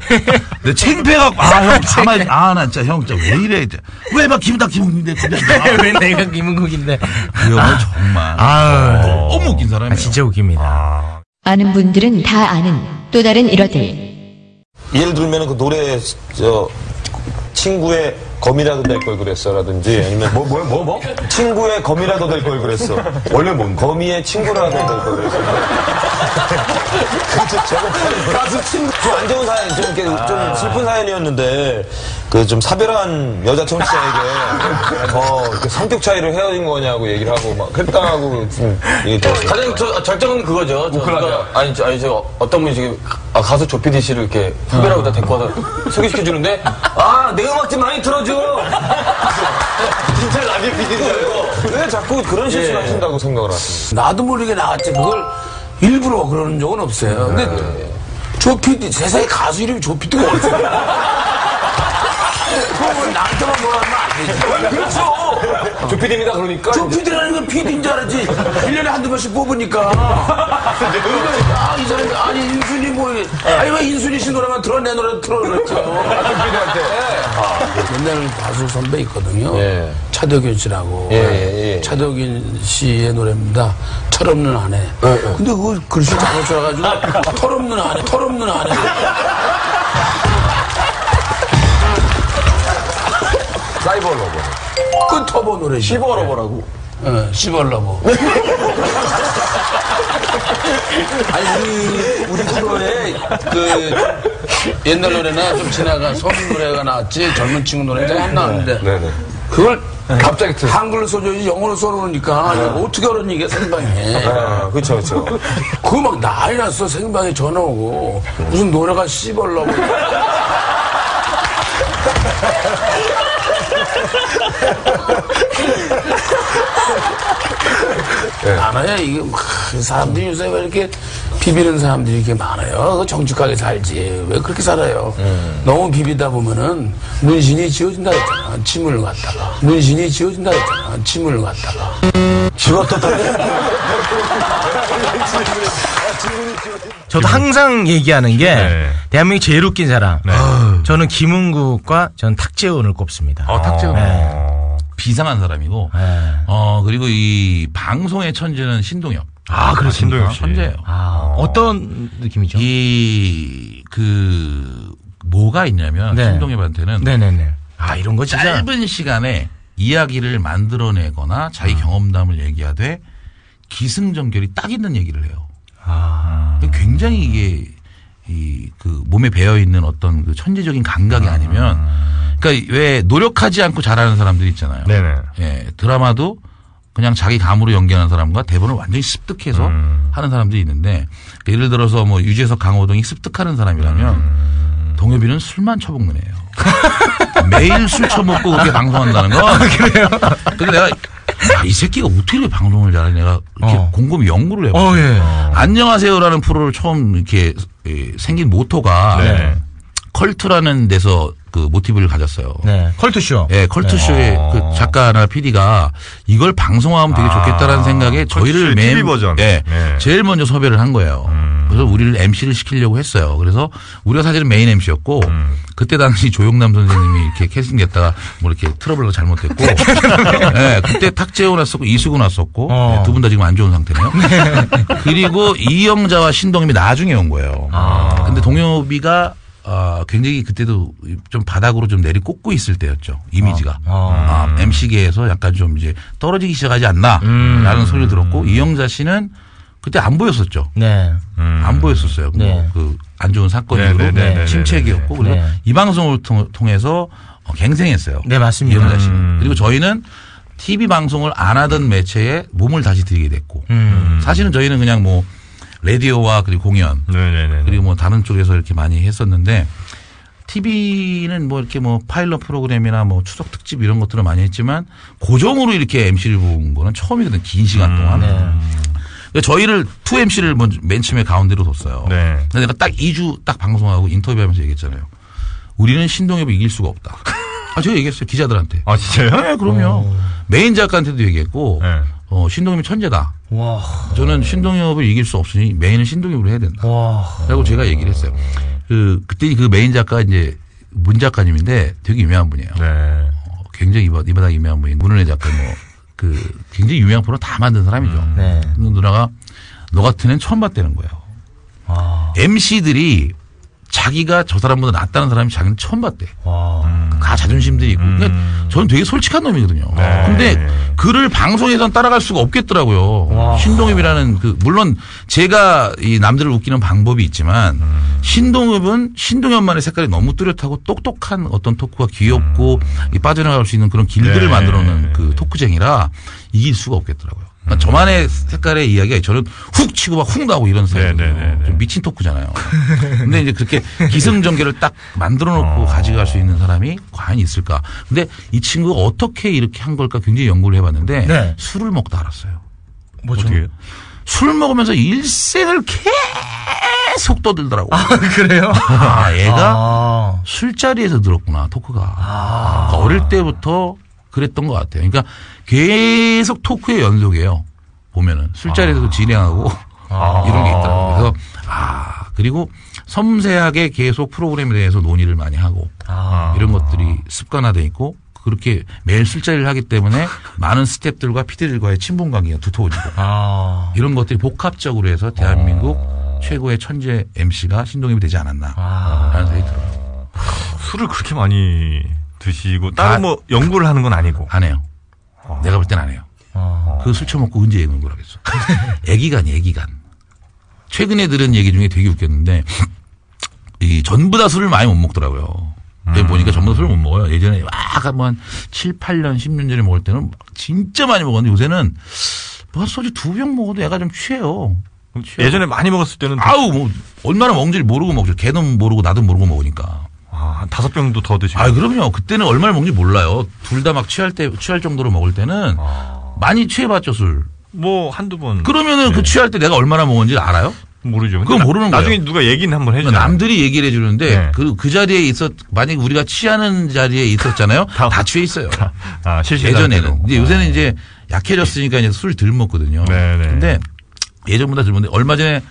Speaker 13: 내 창피해갖고 아형 가만히 아나 진짜 형 진짜 왜 이래 이제 왜막 기분 다 김은국인데
Speaker 15: 왜 내가 김은국인데?
Speaker 13: 그 형은 정말
Speaker 15: 네. 아,
Speaker 13: 너무 웃긴 사람이에요.
Speaker 15: 진짜 웃깁니다.
Speaker 16: 아는 분들은 다 아는 또 다른 일화들.
Speaker 11: 예를 들면 그 노래 저 친구의 검이라도 될 걸 그랬어라든지 아니면 뭐 뭐야 뭐 뭐? 친구의 검이라도 될 걸 그랬어. 원래 뭔데? 거미의 친구라도 될 걸 그랬어. 진짜 제가 가수 친구 좀안 좋은 사연 좀, 이렇게 좀 슬픈 사연이었는데 그 좀 사별한 여자 청취자에게 어 이렇게 성격 차이로 헤어진 거냐고 얘기를 하고 막 회당하고 좀 얘기했죠.
Speaker 12: 가장 저, 절정은 뭐 그거죠. 저 누가, 아니, 저, 아니, 저 어떤 분이 지금 아, 가수 조피디 씨를 이렇게 후배라고 다 데리고 와서 소개시켜 주는데 아, 내 음악 좀 많이 틀어줘.
Speaker 11: 진짜 라디오 PD인 알고 왜 자꾸 그런 실수를
Speaker 12: 예.
Speaker 11: 하신다고 생각을 하세요?
Speaker 12: 나도 모르게 나왔지. 그걸 일부러 그러는 적은 없어요.
Speaker 11: 예,
Speaker 12: 근데 조피디, 세상에 가수 이름이 조피디가 어디 있어? 그걸 나한테만 뭐라면 안 되지. 그렇죠. 조피디입니다, 그러니까. 조피디라는 건 PD인 줄 알았지. 1년에 한두 번씩 뽑으니까. 아, 이 사람이, 아니, 인순이 뭐, 아니, 왜 인순이 씨 노래만 들어? 내 노래 틀어, 그랬죠. 아, 조피디한테. 옛날 가수 선배 있거든요. 차덕윤 씨라고.
Speaker 11: 예, 예, 예.
Speaker 12: 차덕윤 씨의 노래입니다. 철없는 아내. 근데 그걸 글씨 잘못 쳐가지고 털없는 아내, 털없는 아내. 사이버러버. 그 터보 노래. 시버러버라고. 어, 시벌러버. 아니, 그, 우리, 우리 프로에, 그, 옛날 노래나 좀 지나간 서울 노래가 나왔지, 젊은 친구 노래 잘 안 나왔는데. 그걸 네, 갑자기 한글로 써줘야지 영어로 써놓으니까 이거 어떻게 하는 얘기야 생방에
Speaker 11: 아, 그쵸, 그쵸.
Speaker 12: 네, 그거 막 난리 났어 생방에 전화 오고 무슨 노래가 씨벌라고 많아요 이게 막 사람들이 요새 왜 이렇게 비비는 사람들이 이렇게 많아요 그거 정직하게 살지 왜 그렇게 살아요 너무 비비다 보면은 문신이 지워진다 했잖아 침을 갖다가 문신이 지워진다 했잖아 침을 갖다가 지웠다
Speaker 15: 저도 항상 얘기하는 게 대한민국 제일 웃긴 사람. 어, 저는 김은국과 저는 탁재훈을 꼽습니다.
Speaker 13: 탁재훈.
Speaker 15: 네.
Speaker 13: 비상한 사람이고 어 그리고 이 방송의 천재는 신동엽.
Speaker 15: 아, 그래요? 신동엽 씨.
Speaker 13: 천재예요.
Speaker 15: 아, 어떤 느낌이죠?
Speaker 13: 이그 뭐가 있냐면
Speaker 15: 네.
Speaker 13: 신동엽한테는
Speaker 15: 네네네. 아 이런 거 진짜 아.
Speaker 13: 짧은 시간에 이야기를 만들어내거나 자기 경험담을 얘기하되 기승전결이 딱 있는 얘기를 해요.
Speaker 15: 아.
Speaker 13: 아, 굉장히 이게 이 그 몸에 배어 있는 어떤 그 천재적인 감각이 아니면 그러니까 왜 노력하지 않고 잘하는 사람들 있잖아요.
Speaker 14: 네네.
Speaker 13: 예, 드라마도 그냥 자기 감으로 연기하는 사람과 대본을 완전히 습득해서 하는 사람들이 있는데 예를 들어서 뭐 유재석 강호동이 습득하는 사람이라면 동엽이는 술만 처먹는 애예요. 매일 술 처먹고 그렇게 방송한다는 건. 아, 그래요? 근데 내가 야, 이 새끼가 어떻게 이렇게 방송을 잘하냐. 내가 이렇게 곰곰이 연구를 어. 해봤어요.
Speaker 15: 어, 예.
Speaker 13: 안녕하세요라는 프로를 처음 이렇게 예, 생긴 모토가
Speaker 15: 네.
Speaker 13: 컬트라는 데서 그 모티브를 가졌어요.
Speaker 15: 네. 컬투쇼.
Speaker 13: 예, 컬투쇼의
Speaker 15: 네.
Speaker 13: 그 작가나 PD가 이걸 방송하면 되게 좋겠다라는
Speaker 15: 아,
Speaker 13: 생각에 저희를
Speaker 15: 컬투쇼의 TV 버전.
Speaker 13: 예,
Speaker 15: 네. 음.
Speaker 13: 제일 먼저 섭외를 한 거예요. 그래서 우리를 MC를 시키려고 했어요. 그래서 우리가 사실은 메인 MC였고
Speaker 15: 음.
Speaker 13: 그때 당시 조용남 선생님이 이렇게 캐스팅됐다가 뭐 이렇게 트러블로 잘못됐고 예, 그때 탁재훈 왔었고 이수근 왔었고
Speaker 15: 어.
Speaker 13: 두 분 다 지금 안 좋은 상태네요. 그리고 이영자와 신동엽이 나중에 온 거예요. 근데 동엽이가 아, 굉장히 그때도 좀 바닥으로 좀 내리 꽂고 있을 때였죠. 이미지가. 아, MC계에서 약간 좀 이제 떨어지기 시작하지 않나. 라는 소리를 들었고, 이영자 씨는 그때 안 보였었죠.
Speaker 15: 네.
Speaker 13: 안 보였었어요.
Speaker 15: 네.
Speaker 13: 그 안 좋은 사건으로
Speaker 15: 네, 네, 네, 네,
Speaker 13: 침체기였고,
Speaker 15: 네, 네.
Speaker 13: 그래서
Speaker 15: 네.
Speaker 13: 이 방송을 통- 통해서 어, 갱생했어요.
Speaker 15: 네, 맞습니다.
Speaker 13: 이영자 씨.
Speaker 15: 음.
Speaker 13: 그리고 저희는 TV 방송을 안 하던 매체에 몸을 다시 들이게 됐고,
Speaker 15: 음.
Speaker 13: 사실은 저희는 그냥 뭐 라디오와 그리고 공연
Speaker 15: 네.
Speaker 13: 그리고 뭐 다른 쪽에서 이렇게 많이 했었는데 TV는 뭐 이렇게 뭐 파일럿 프로그램이나 뭐 추석 특집 이런 것들을 많이 했지만 고정으로 이렇게 MC를 본 거는 처음이거든 긴 시간
Speaker 12: 네.
Speaker 13: 동안.
Speaker 15: 네.
Speaker 13: 그러니까 저희를 2MC를 먼저 맨 처음에 가운데로 뒀어요. 근데 내가 딱 2주 딱 방송하고 인터뷰하면서 얘기했잖아요. 우리는 신동엽이 이길 수가 없다. 뭐 아, 제가 얘기했어요. 기자들한테. 아, 진짜요? 네, 그럼요. 메인 작가한테도 얘기했고, 어, 신동엽이 천재다. 저는 신동엽을 이길 수 없으니 메인은 신동엽으로 해야 된다. 라고 제가 얘기를 했어요. 그, 그때 그 메인 작가 이제 문 작가님인데 되게 유명한 분이에요.
Speaker 11: 네.
Speaker 13: 어, 굉장히 이바, 닥 유명한 분이 문은혜 작가 뭐, 그, 굉장히 유명한 프로 다 만든 사람이죠. 근데 누나가 너 같은 애는 처음 봤다는 거예요. MC들이 자기가 저 사람보다 낫다는 사람이 자기는 처음 봤대.
Speaker 12: 아,
Speaker 13: 가 자존심들이 있고.
Speaker 17: 음.
Speaker 13: 그러니까 저는 되게 솔직한 놈이거든요.
Speaker 17: 네.
Speaker 13: 근데 그를 방송에선 따라갈 수가 없겠더라고요. 신동엽이라는 그 물론 제가 이 남들을 웃기는 방법이 있지만
Speaker 17: 음.
Speaker 13: 신동엽은 신동엽만의 색깔이 너무 뚜렷하고 똑똑한 어떤 토크가 귀엽고 이 빠져나갈 수 있는 그런 길들을
Speaker 17: 음. 네. 음.
Speaker 13: 만들어놓는 그 토크쟁이라 이길 수가 없겠더라고요. 그러니까 저만의 색깔의 이야기가 저는 훅 치고 막 훅 나오고 이런
Speaker 17: 네,
Speaker 13: 스타일이거든요. 좀 미친 토크잖아요. 근데 이제 그렇게 기승전결을 딱 만들어 놓고 가져갈 수 있는 사람이 과연 있을까. 근데 이 친구가 어떻게 이렇게 한 걸까 굉장히 연구를 해봤는데
Speaker 12: 네.
Speaker 13: 술을 먹다 알았어요.
Speaker 12: 뭐죠?
Speaker 13: 술 먹으면서 일생을 계속 떠들더라고. 아,
Speaker 12: 그래요?
Speaker 13: 아, 얘가 술자리에서 들었구나, 토크가. 그러니까 어릴 때부터 그랬던 것 같아요. 그러니까 계속 토크의 연속이에요. 보면은. 술자리에서도 그 진행하고 이런 게 있더라고요. 그래서 아, 그리고 섬세하게 계속 프로그램에 대해서 논의를 많이 하고
Speaker 12: 아,
Speaker 13: 이런 것들이 습관화돼 있고 그렇게 매일 술자리를 하기 때문에 많은 스탭들과 피디들과의 친분 관계가 두터워지고
Speaker 12: 아,
Speaker 13: 이런 것들이 복합적으로 해서 대한민국 최고의 천재 MC가 신동엽이 되지 않았나라는
Speaker 12: 아.
Speaker 13: 생각이 들어요.
Speaker 11: 술을 그렇게 많이 드시고 따로 뭐 연구를 하는 건 아니고
Speaker 13: 안 해요. 내가 볼 땐 안 해요.
Speaker 12: 아.
Speaker 13: 그 술 처먹고 언제 얘기하는 걸 하겠어. 애기간, 애기간. 최근에 들은 얘기 중에 되게 웃겼는데, 이 전부 다 술을 많이 못 먹더라고요. 여기 보니까 전부 다 술을 못 먹어요. 예전에 막 한번 7, 8년, 10년 전에 먹을 때는 막 진짜 많이 먹었는데 요새는 뭐 소주 두 병 먹어도 애가 좀 취해요. 취해요.
Speaker 11: 예전에 많이 먹었을 때는
Speaker 13: 그렇죠. 아우, 뭐, 얼마나 먹는지 모르고 먹죠. 걔도 모르고 나도 모르고 먹으니까.
Speaker 11: 아, 다섯 병도 더 드시고.
Speaker 13: 아, 그럼요. 그때는 얼마나 먹는지 몰라요. 둘 다 막 취할 때, 취할 정도로 먹을 때는 많이 취해봤죠, 술.
Speaker 11: 뭐 한두 번
Speaker 13: 그러면은 그 취할 때 내가 얼마나 먹었는지 알아요?
Speaker 11: 모르죠.
Speaker 13: 그건
Speaker 11: 나-
Speaker 13: 모르는 거예요.
Speaker 11: 나중에 누가 얘기는 한번 해주잖아요.
Speaker 13: 남들이 얘기를 해주는데
Speaker 11: 그렇죠. 네.
Speaker 13: 그, 그 자리에 있었, 만약에 우리가 취하는 자리에 있었잖아요. 다, 취해 있어요.
Speaker 11: 아, 실시간으로. 아, 네.
Speaker 13: 예전에는. 근데 요새는 이제 약해졌으니까 이제 술 덜 먹거든요. 근데 예전보다 덜 먹는데 얼마 전에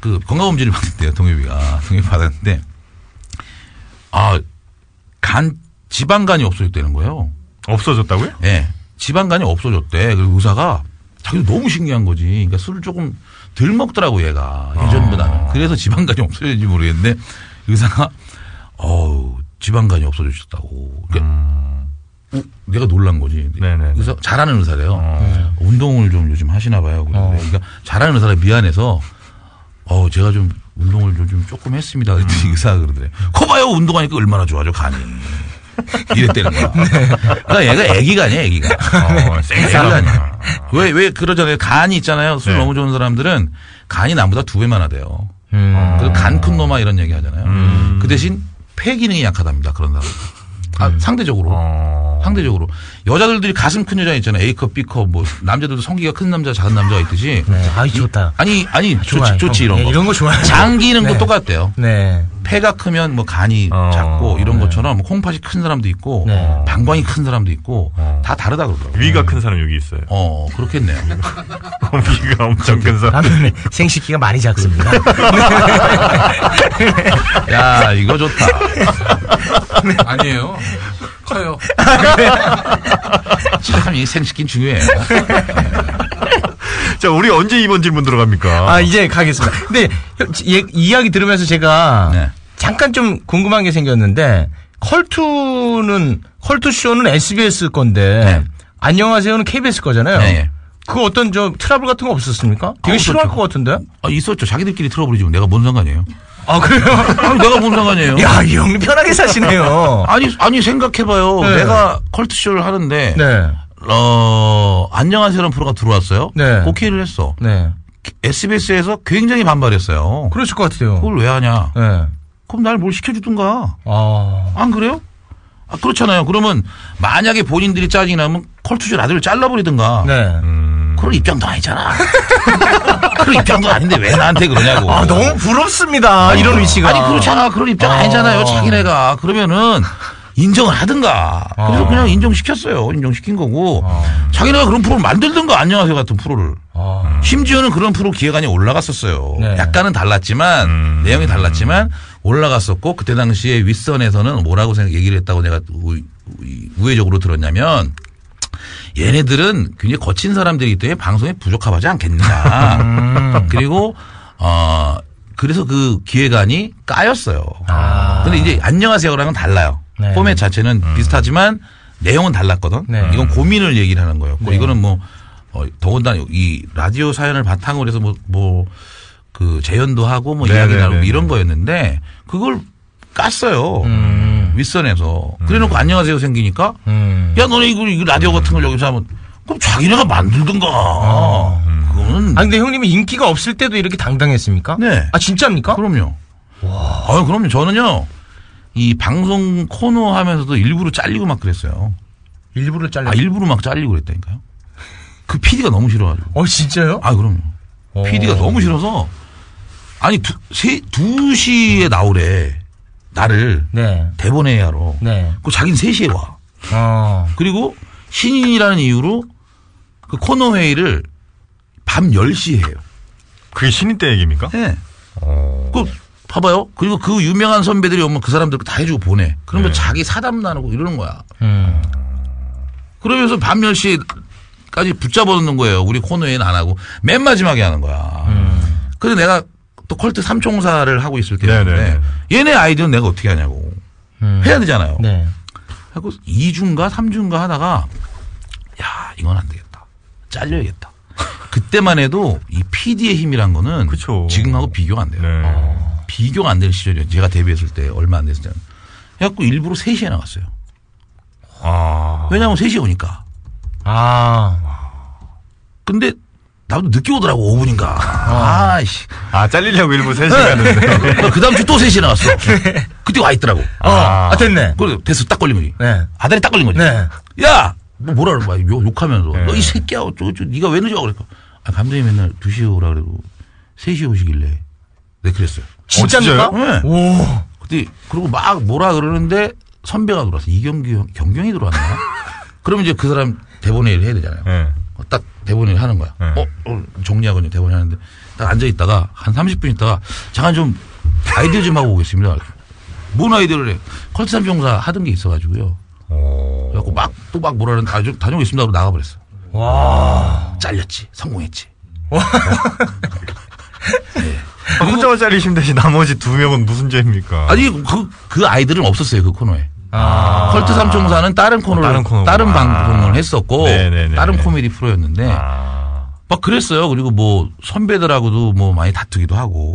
Speaker 13: 그 건강검진을 받았대요. 동엽이가. 동엽이 받았는데 아, 간, 지방간이 없어졌다는 거예요.
Speaker 11: 없어졌다고요?
Speaker 13: 예. 지방간이 없어졌대. 그리고 의사가 자기도 너무 신기한 거지. 그러니까 술을 조금 덜 먹더라고 얘가 예전보다는. 그래서 지방간이 없어졌는지 모르겠는데 의사가 어우 지방간이 없어졌다고. 그러니까 어, 내가 놀란 거지. 그래서 잘하는 의사래요. 운동을 좀 요즘 하시나 봐요. 그래서 그러니까 잘하는 의사라 미안해서 어 제가 좀 운동을 요즘 조금 했습니다. 그랬더니 의사가 그러더래. 커봐요 운동하니까 얼마나 좋아져 간이. 이랬다는 거야. 그러니까 얘가 애기가 아니야, 애기가. 어, 애기가 아니야. 왜, 왜 그러잖아요. 간이 있잖아요. 술 너무 좋은 사람들은 간이 남보다 두 배만 하대요. 어. 그래서 간 큰 놈아 이런 얘기 하잖아요. 그 대신 폐 기능이 약하답니다. 그런 사람. 아, 상대적으로. 상대적으로. 여자들이 가슴 큰 여자 있잖아요. A컵, B컵, 뭐, 남자들도 성기가 큰 남자, 작은 남자가 있듯이.
Speaker 12: 네. 아이, 좋다.
Speaker 13: 아니, 아니,
Speaker 12: 좋아요.
Speaker 13: 좋지, 좋지, 이런
Speaker 12: 예,
Speaker 13: 거.
Speaker 12: 이런 거 좋아요.
Speaker 13: 장 기능도
Speaker 12: 네.
Speaker 13: 똑같대요.
Speaker 12: 네.
Speaker 13: 폐가 크면 뭐 간이 작고 이런 것처럼 콩팥이 큰 사람도 있고 방광이 큰 사람도 있고 다 다르다 그러더라고요.
Speaker 11: 위가 큰 사람 여기 있어요.
Speaker 13: 어, 그렇겠네요.
Speaker 11: 위가 엄청 큰 사람.
Speaker 12: 라면에 생식기가 많이 작습니다.
Speaker 13: 야, 이거 좋다. 아니에요. 커요. 참, 이 생식기 중요해요.
Speaker 11: 자, 우리 언제 이번 질문 들어갑니까?
Speaker 12: 아, 이제 가겠습니다. 근데 형, 지- 얘- 이야기 들으면서 제가 잠깐 좀 궁금한 게 생겼는데 컬투는 컬투 쇼는 SBS 건데 안녕하세요는 KBS 거잖아요. 그 어떤 저 트러블 같은 거 없었습니까? 되게 싫어할 그렇죠. 것 같은데?
Speaker 13: 아, 있었죠. 자기들끼리 틀어버리지면 뭐. 내가 뭔 상관이에요.
Speaker 12: 아, 그래요?
Speaker 13: 아니, 내가 뭔 상관이에요.
Speaker 12: 야, 이 형님 편하게 사시네요.
Speaker 13: 아니, 아니, 생각해봐요.
Speaker 12: 네.
Speaker 13: 내가 컬트쇼를 하는데,
Speaker 12: 네.
Speaker 13: 어, 안녕하세요라는 프로가 들어왔어요.
Speaker 12: 네.
Speaker 13: 오케이를 했어.
Speaker 12: 네.
Speaker 13: SBS에서 굉장히 반발했어요.
Speaker 12: 그러실 것 같아요.
Speaker 13: 그걸 왜 하냐?
Speaker 12: 네.
Speaker 13: 그럼 날 뭘 시켜주든가.
Speaker 12: 아.
Speaker 13: 안 그래요? 아, 그렇잖아요. 그러면 만약에 본인들이 짜증이 나면 컬투쇼 아들을 잘라버리든가.
Speaker 12: 네.
Speaker 13: 그런 입장도 아니잖아. 그런 입장도 아닌데 왜 나한테 그러냐고.
Speaker 12: 아,
Speaker 13: 아.
Speaker 12: 너무 부럽습니다. 그렇죠. 이런 위치가. 어.
Speaker 13: 아니 그렇잖아. 그런 입장 아니잖아요. 자기네가 그러면은 인정을 하든가.
Speaker 12: 어.
Speaker 13: 그래서 그냥 인정시켰어요. 인정시킨 거고. 자기네가 그런 프로를 만들든가 안녕하세요 같은 프로를. 심지어는 그런 프로 기획안이 올라갔었어요.
Speaker 12: 네.
Speaker 13: 약간은 달랐지만
Speaker 12: 음.
Speaker 13: 내용이 달랐지만 올라갔었고 그때 당시에 윗선에서는 뭐라고 생각 얘기를 했다고 내가 우- 우- 우회적으로 들었냐면 얘네들은 굉장히 거친 사람들이기 때문에 방송에 부적합하지
Speaker 12: 음.
Speaker 13: 않겠느냐. 그리고 어 그래서 그 기획안이 까였어요. 근데 이제 안녕하세요랑은 달라요.
Speaker 12: 아. 네.
Speaker 13: 포맷 자체는 비슷하지만 내용은 달랐거든.
Speaker 12: 네.
Speaker 13: 이건 고민을 얘기를 하는 거였고
Speaker 12: 네.
Speaker 13: 이거는 뭐 어, 더군다나 이 라디오 사연을 바탕으로 해서 뭐, 뭐, 그 재연도 하고 뭐
Speaker 12: 네,
Speaker 13: 이야기
Speaker 12: 네,
Speaker 13: 나누고
Speaker 12: 네,
Speaker 13: 이런 거였는데 그걸 깠어요.
Speaker 12: 음.
Speaker 13: 윗선에서. 그래 놓고 안녕하세요 생기니까 야 너네 이거, 이거 라디오 같은 걸 여기서 하면 그럼 자기네가 만들든가. 그거는.
Speaker 12: 아 근데 형님이 인기가 없을 때도 이렇게 당당했습니까?
Speaker 13: 네.
Speaker 12: 아 진짜입니까?
Speaker 13: 그럼요. 아 그럼요. 저는요 이 방송 코너 하면서도 일부러 잘리고 막 그랬어요.
Speaker 12: 일부러 잘려.
Speaker 13: 아 일부러 막 잘리고 그랬다니까요. 그 PD가 너무 싫어가지고.
Speaker 12: 어 진짜요?
Speaker 13: 아 그럼요.
Speaker 12: 어.
Speaker 13: PD가 너무 싫어서 아니 두, 세, 두 시에 나오래 나를 대본에 하러.
Speaker 12: 네.
Speaker 13: 그 자기는 세 시에 와.
Speaker 12: 어.
Speaker 13: 그리고 신인이라는 이유로 그 코너 회의를 밤 10시에 해요.
Speaker 11: 그게 신인 때 얘기입니까?
Speaker 13: 네. 그 봐봐요. 그리고 그 유명한 선배들이 오면 그 사람들 다 해주고 보내. 그러면 자기 사담 나누고 이러는 거야.
Speaker 12: 음,
Speaker 13: 그러면서 밤 10시까지 붙잡아 놓는 거예요. 우리 코너에는 안 하고. 맨 마지막에 하는 거야. 그래서 내가 또 컬트 삼총사를 하고 있을 때였는데 음. 얘네 아이디어는 내가 어떻게 하냐고. 해야 되잖아요.
Speaker 12: 네.
Speaker 13: 하고 2주인가 3주인가 하다가 야, 이건 안 되겠다. 잘려야겠다. 그때만 해도 이 PD의 힘이란 거는 지금하고 비교가
Speaker 11: 네.
Speaker 13: 안 돼요.
Speaker 12: 어.
Speaker 13: 비교가 안 될 시절이에요. 제가 데뷔했을 때 얼마 안 됐을 때는. 그래갖고 일부러 3시에 나갔어요.
Speaker 11: 아.
Speaker 13: 왜냐하면 3시에 오니까. 어,
Speaker 12: 아.
Speaker 13: 근데 나도 늦게 오더라고 5분인가. 아, 씨.
Speaker 11: 아, 잘리려고 일부 3시에
Speaker 12: 네.
Speaker 11: 갔는데.
Speaker 13: 그 다음 주 또 3시에 나갔어. 그때 와 있더라고.
Speaker 11: 아. 아,
Speaker 12: 됐네.
Speaker 13: 그래, 됐어. 딱 걸린 거지.
Speaker 12: 네. 네.
Speaker 13: 아다리 딱 걸린 거지. 야! 뭐 뭐라 그러는 거야. 욕, 욕하면서. 너 이 새끼야. 어쩌고 저쩌고 네가 왜 늦어? 그랬고. 아, 감독님 맨날 2시에 오라 그러고 3시에 오시길래. 네, 그랬어요.
Speaker 12: 진짜입니까?
Speaker 13: 어, 진짜요? 네. 그때 그리고 막 뭐라 그러는데 선배가 들어왔어. 이경규 형, 경경이 들어왔나? 그러면 이제 그 사람 대본에 일을 해야 되잖아요. 어, 딱 대본에 하는 거야.
Speaker 11: 네.
Speaker 13: 어, 어, 정리하고 이제 대본에 하는데 딱 앉아 있다가 한 30분 있다가 잠깐 좀 아이디어 좀 하고 오겠습니다. 뭔 아이디어를 해? 컬트 삼종사 하던 게 있어가지고요. 그래갖고 막 또 막 뭐라 그러는데 아, 좀 다녀오겠습니다 하고 나가버렸어. 와. 잘렸지. 성공했지.
Speaker 11: 아, 혼자만 잘리시면 되지 나머지 두 명은 무슨 죄입니까?
Speaker 13: 아니 그, 그 아이들은 없었어요 그 코너에.
Speaker 12: 아,
Speaker 13: 컬트 삼총사는 다른 코너를
Speaker 11: 아. 다른
Speaker 13: 다른,
Speaker 11: 코너구나. 아.
Speaker 13: 방송을 했었고
Speaker 11: 네네네. 아.
Speaker 13: 다른 코미디 프로였는데 막 그랬어요. 그리고 뭐 선배들하고도 뭐 많이 다투기도 하고.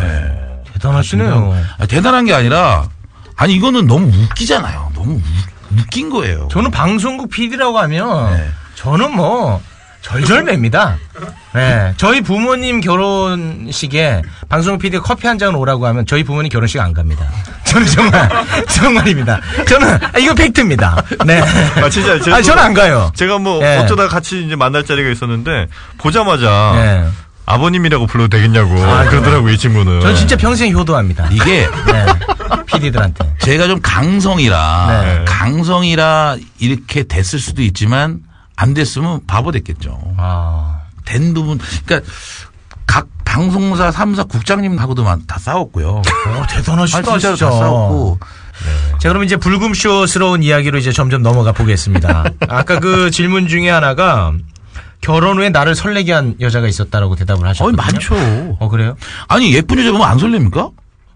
Speaker 13: 네.
Speaker 12: 대단하시네요.
Speaker 13: 아, 대단한 게 아니라 아니 이거는 너무 웃기잖아요. 너무 웃- 웃긴 거예요.
Speaker 12: 저는 방송국 PD라고 하면
Speaker 11: 네.
Speaker 12: 저는 뭐 절절맵니다. 네. 저희 부모님 결혼식에 방송국 PD가 커피 한 잔 오라고 하면 저희 부모님 결혼식 안 갑니다. 저는 정말, 정말입니다. 저는, 아, 이거 팩트입니다. 네.
Speaker 11: 아, 진짜. 제가
Speaker 12: 아, 저는 안 가요.
Speaker 11: 제가 뭐
Speaker 12: 예.
Speaker 11: 어쩌다 같이 이제 만날 자리가 있었는데 보자마자
Speaker 12: 예. 네.
Speaker 11: 아버님이라고 불러도 되겠냐고 그러더라고요, 이 친구는.
Speaker 12: 저는 진짜 평생 효도합니다. 네.
Speaker 13: 이게
Speaker 12: PD들한테.
Speaker 13: 제가 좀 강성이라
Speaker 12: 네.
Speaker 13: 강성이라 이렇게 됐을 수도 있지만 안 됐으면 바보 됐겠죠.
Speaker 11: 아.
Speaker 13: 된 부분 그러니까 각 방송사 삼사 국장님하고도 만- 다 싸웠고요.
Speaker 12: 어, 대단하시다,
Speaker 13: 아, 진짜로
Speaker 12: 진짜.
Speaker 13: 다 싸웠고
Speaker 12: 자, 그럼 이제 불금쇼스러운 이야기로 이제 점점 넘어가 보겠습니다. 아까 그 질문 중에 하나가 결혼 후에 나를 설레게 한 여자가 있었다라고 대답을 하셨거든요.
Speaker 13: 많죠.
Speaker 12: 어, 그래요?
Speaker 13: 아니, 예쁜 여자 보면 안 설렙니까?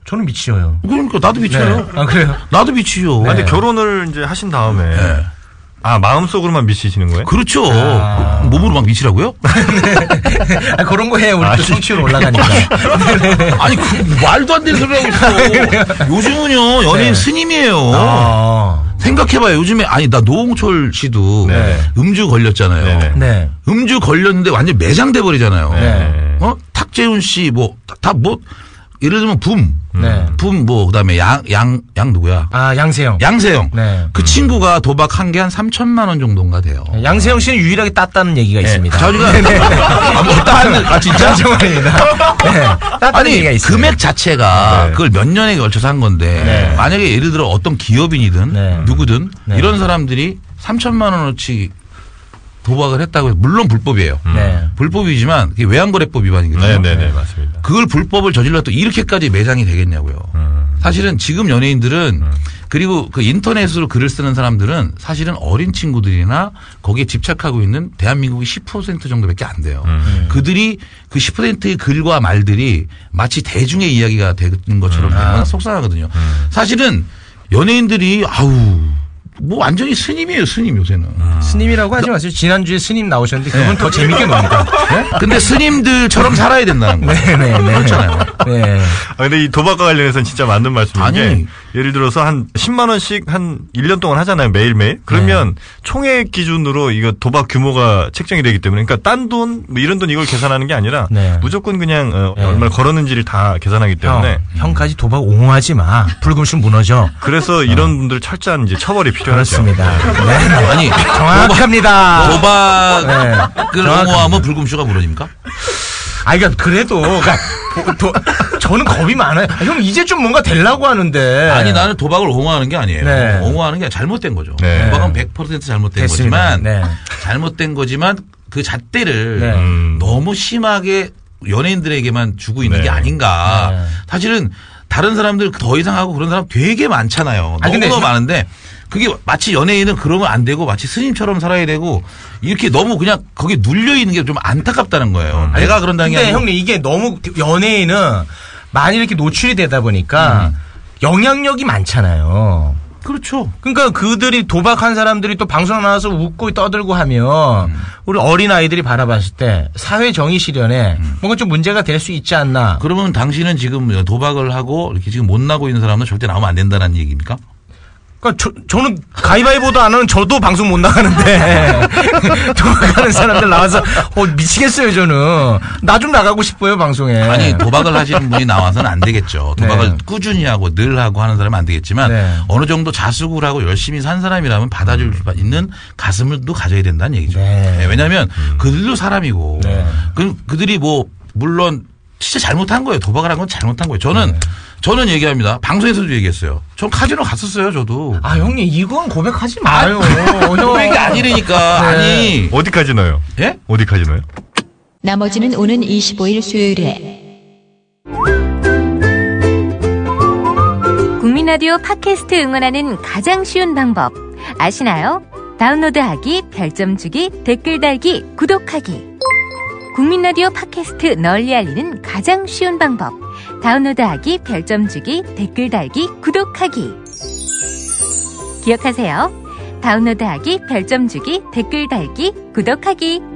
Speaker 12: 저는 미치어요.
Speaker 13: 그러니까 나도 미쳐요.
Speaker 12: 네. 아, 그래요?
Speaker 13: 나도 미치죠. 네.
Speaker 11: 아, 근데 결혼을 이제 하신 다음에
Speaker 12: 예.
Speaker 11: 아 마음속으로만 미치시는 거예요?
Speaker 13: 그렇죠. 그 몸으로 막 미치라고요?
Speaker 12: 아, 그런 거 해요. 우리 또 청취율 올라가니까.
Speaker 13: 아니, 그 말도 안 되는 소리라고 있어. 요즘은요, 연예인
Speaker 12: 아, 네.
Speaker 13: 스님이에요.
Speaker 12: 어.
Speaker 13: 생각해봐요. 요즘에, 아니, 나 노홍철 씨도 음주 걸렸잖아요.
Speaker 12: 네.
Speaker 13: 음주 걸렸는데 완전
Speaker 11: 네.
Speaker 13: 어? 매장돼 버리잖아요. 어? 탁재훈 씨, 뭐, 다, 다 뭐, 예를 들면 붐.
Speaker 12: 네.
Speaker 13: 붐, 뭐, 그 다음에 양, 양, 양 누구야?
Speaker 12: 아, 양세형.
Speaker 13: 양세형.
Speaker 12: 네.
Speaker 13: 그 친구가 도박한 게 한 3천만 원 정도인가 돼요.
Speaker 12: 양세형 씨는 유일하게 땄다는 얘기가 있습니다.
Speaker 13: 저희가
Speaker 12: 네네.
Speaker 13: 아, 뭐, 딴, 아 진짜?
Speaker 12: 죄송합니다. 네. 땄다는 얘기가
Speaker 13: 아니
Speaker 12: 있어요.
Speaker 13: 금액 자체가 그걸 몇 년에 걸쳐서 한 건데
Speaker 12: 네.
Speaker 13: 만약에 예를 들어 어떤 기업인이든 누구든 이런 사람들이 3천만 원어치 도박을 했다고 해서 물론 불법이에요.
Speaker 12: 네.
Speaker 13: 불법이지만 그게 외환거래법 위반이거든요.
Speaker 17: 네네네 맞습니다.
Speaker 13: 그걸 불법을 저질러 또 이렇게까지 매장이 되겠냐고요.
Speaker 11: 음.
Speaker 13: 사실은 지금 연예인들은
Speaker 12: 네.
Speaker 13: 그리고 그 인터넷으로 글을 쓰는 사람들은 사실은 어린 친구들이나 거기에 집착하고 있는 대한민국이 10% 정도밖에 안 돼요.
Speaker 12: 네.
Speaker 13: 그들이 그 10%의 글과 말들이 마치 대중의 이야기가 되는 것처럼
Speaker 12: 네.
Speaker 13: 되면 속상하거든요. 사실은 연예인들이 아우 뭐 완전히 스님이에요 스님 요새는.
Speaker 12: 네. 스님이라고 하지 마세요. 지난주에 스님 나오셨는데 그분 더 재밌게 놉니다.
Speaker 13: 네? 근데 스님들처럼 살아야 된다는 거예요.
Speaker 12: 네네네.
Speaker 13: 그렇잖아요.
Speaker 12: 네.
Speaker 11: 아, 근데 이 도박과 관련해서는 진짜 맞는 말씀인
Speaker 13: 당연히.
Speaker 11: 게 예를 들어서 한 10만 원씩 한 1년 동안 하잖아요. 매일매일.
Speaker 12: 네.
Speaker 11: 그러면 총액 기준으로 이거 도박 규모가 책정이 되기 때문에 그러니까 딴 돈 뭐 이런 돈 이걸 계산하는 게 아니라
Speaker 12: 네. 어.
Speaker 11: 무조건 그냥 어, 얼마를 걸었는지를 다 계산하기 때문에
Speaker 12: 형, 까지 도박 옹호하지 마. 불금실 무너져.
Speaker 11: 그래서 이런 분들 철저한 이제 처벌이 필요하죠.
Speaker 12: 어. 그렇습니다. 네, 네.
Speaker 13: 아니
Speaker 12: 정확합니다.
Speaker 13: 도박을
Speaker 12: 네.
Speaker 13: 옹호하면 불금쇼가 무너집니까?
Speaker 12: 아, 그러니까 그래도 그러니까 도- 도- 저는 겁이 많아요. 아, 형 이제 좀 뭔가 되려고 하는데.
Speaker 13: 아니 나는 도박을 옹호하는 게 아니에요.
Speaker 12: 네.
Speaker 13: 옹호하는 게 잘못된 거죠.
Speaker 12: 네.
Speaker 13: 도박은 100% 잘못된
Speaker 12: 됐습니다.
Speaker 13: 거지만 잘못된 거지만 그 잣대를 음.
Speaker 12: 네.
Speaker 13: 너무 심하게 연예인들에게만 주고 있는
Speaker 12: 네.
Speaker 13: 게 아닌가. 사실은 다른 사람들 더 이상 하고 그런 사람 되게 많잖아요.
Speaker 12: 아니, 근데
Speaker 13: 너무너무
Speaker 12: 저-
Speaker 13: 많은데 그게 마치 연예인은 그러면 안 되고 마치 스님처럼 살아야 되고 이렇게 너무 그냥 거기에 눌려 있는 게 좀 안타깝다는 거예요. 내가 그런다는 게
Speaker 12: 음. 근데
Speaker 13: 아니고
Speaker 12: 형님 이게 너무 연예인은 많이 이렇게 노출이 되다 보니까
Speaker 13: 음.
Speaker 12: 영향력이 많잖아요.
Speaker 13: 그렇죠.
Speaker 12: 그러니까 그들이 도박한 사람들이 또 방송 나와서 웃고 떠들고 하면
Speaker 13: 음.
Speaker 12: 우리 어린 아이들이 바라봤을 때 사회 정의 실현에
Speaker 13: 음.
Speaker 12: 뭔가 좀 문제가 될 수 있지 않나.
Speaker 13: 그러면 당신은 지금 도박을 하고 이렇게 지금 못 나고 있는 사람은 절대 나오면 안 된다는 얘기입니까?
Speaker 12: 그러니까 저, 는 가위바위보도 안 하는 저도 방송 못 나가는데 도박하는 사람들 나와서 어 미치겠어요 저는 나 좀 나가고 싶어요 방송에
Speaker 13: 아니 도박을 하시는 분이 나와서는 안 되겠죠. 도박을 꾸준히 하고 늘 하고 하는 사람은 안 되겠지만 어느 정도 자수구를 하고 열심히 산 사람이라면 받아줄 수 있는 가슴을도 가져야 된다는 얘기죠. 네, 왜냐하면 그들도 사람이고 그, 그들이 뭐 물론 진짜 잘못한 거예요. 도박을 한 건 잘못한 거예요. 저는 저는 얘기합니다. 방송에서도 얘기했어요. 전 카지노 갔었어요. 저도.
Speaker 12: 아 형님 이건 고백하지 마요
Speaker 13: 고백이 아, 그 아니라니까. 아니.
Speaker 11: 어디까지 넣어요?
Speaker 13: 예?
Speaker 11: 어디까지 넣어요?
Speaker 16: 나머지는 오는 25일 수요일에
Speaker 2: 국민 라디오 팟캐스트 응원하는 가장 쉬운 방법 아시나요? 다운로드하기, 별점 주기, 댓글 달기, 구독하기. 국민 라디오 팟캐스트 널리 알리는 가장 쉬운 방법 다운로드하기, 별점 주기, 댓글 달기, 구독하기. 기억하세요. 다운로드하기, 별점 주기, 댓글 달기, 구독하기.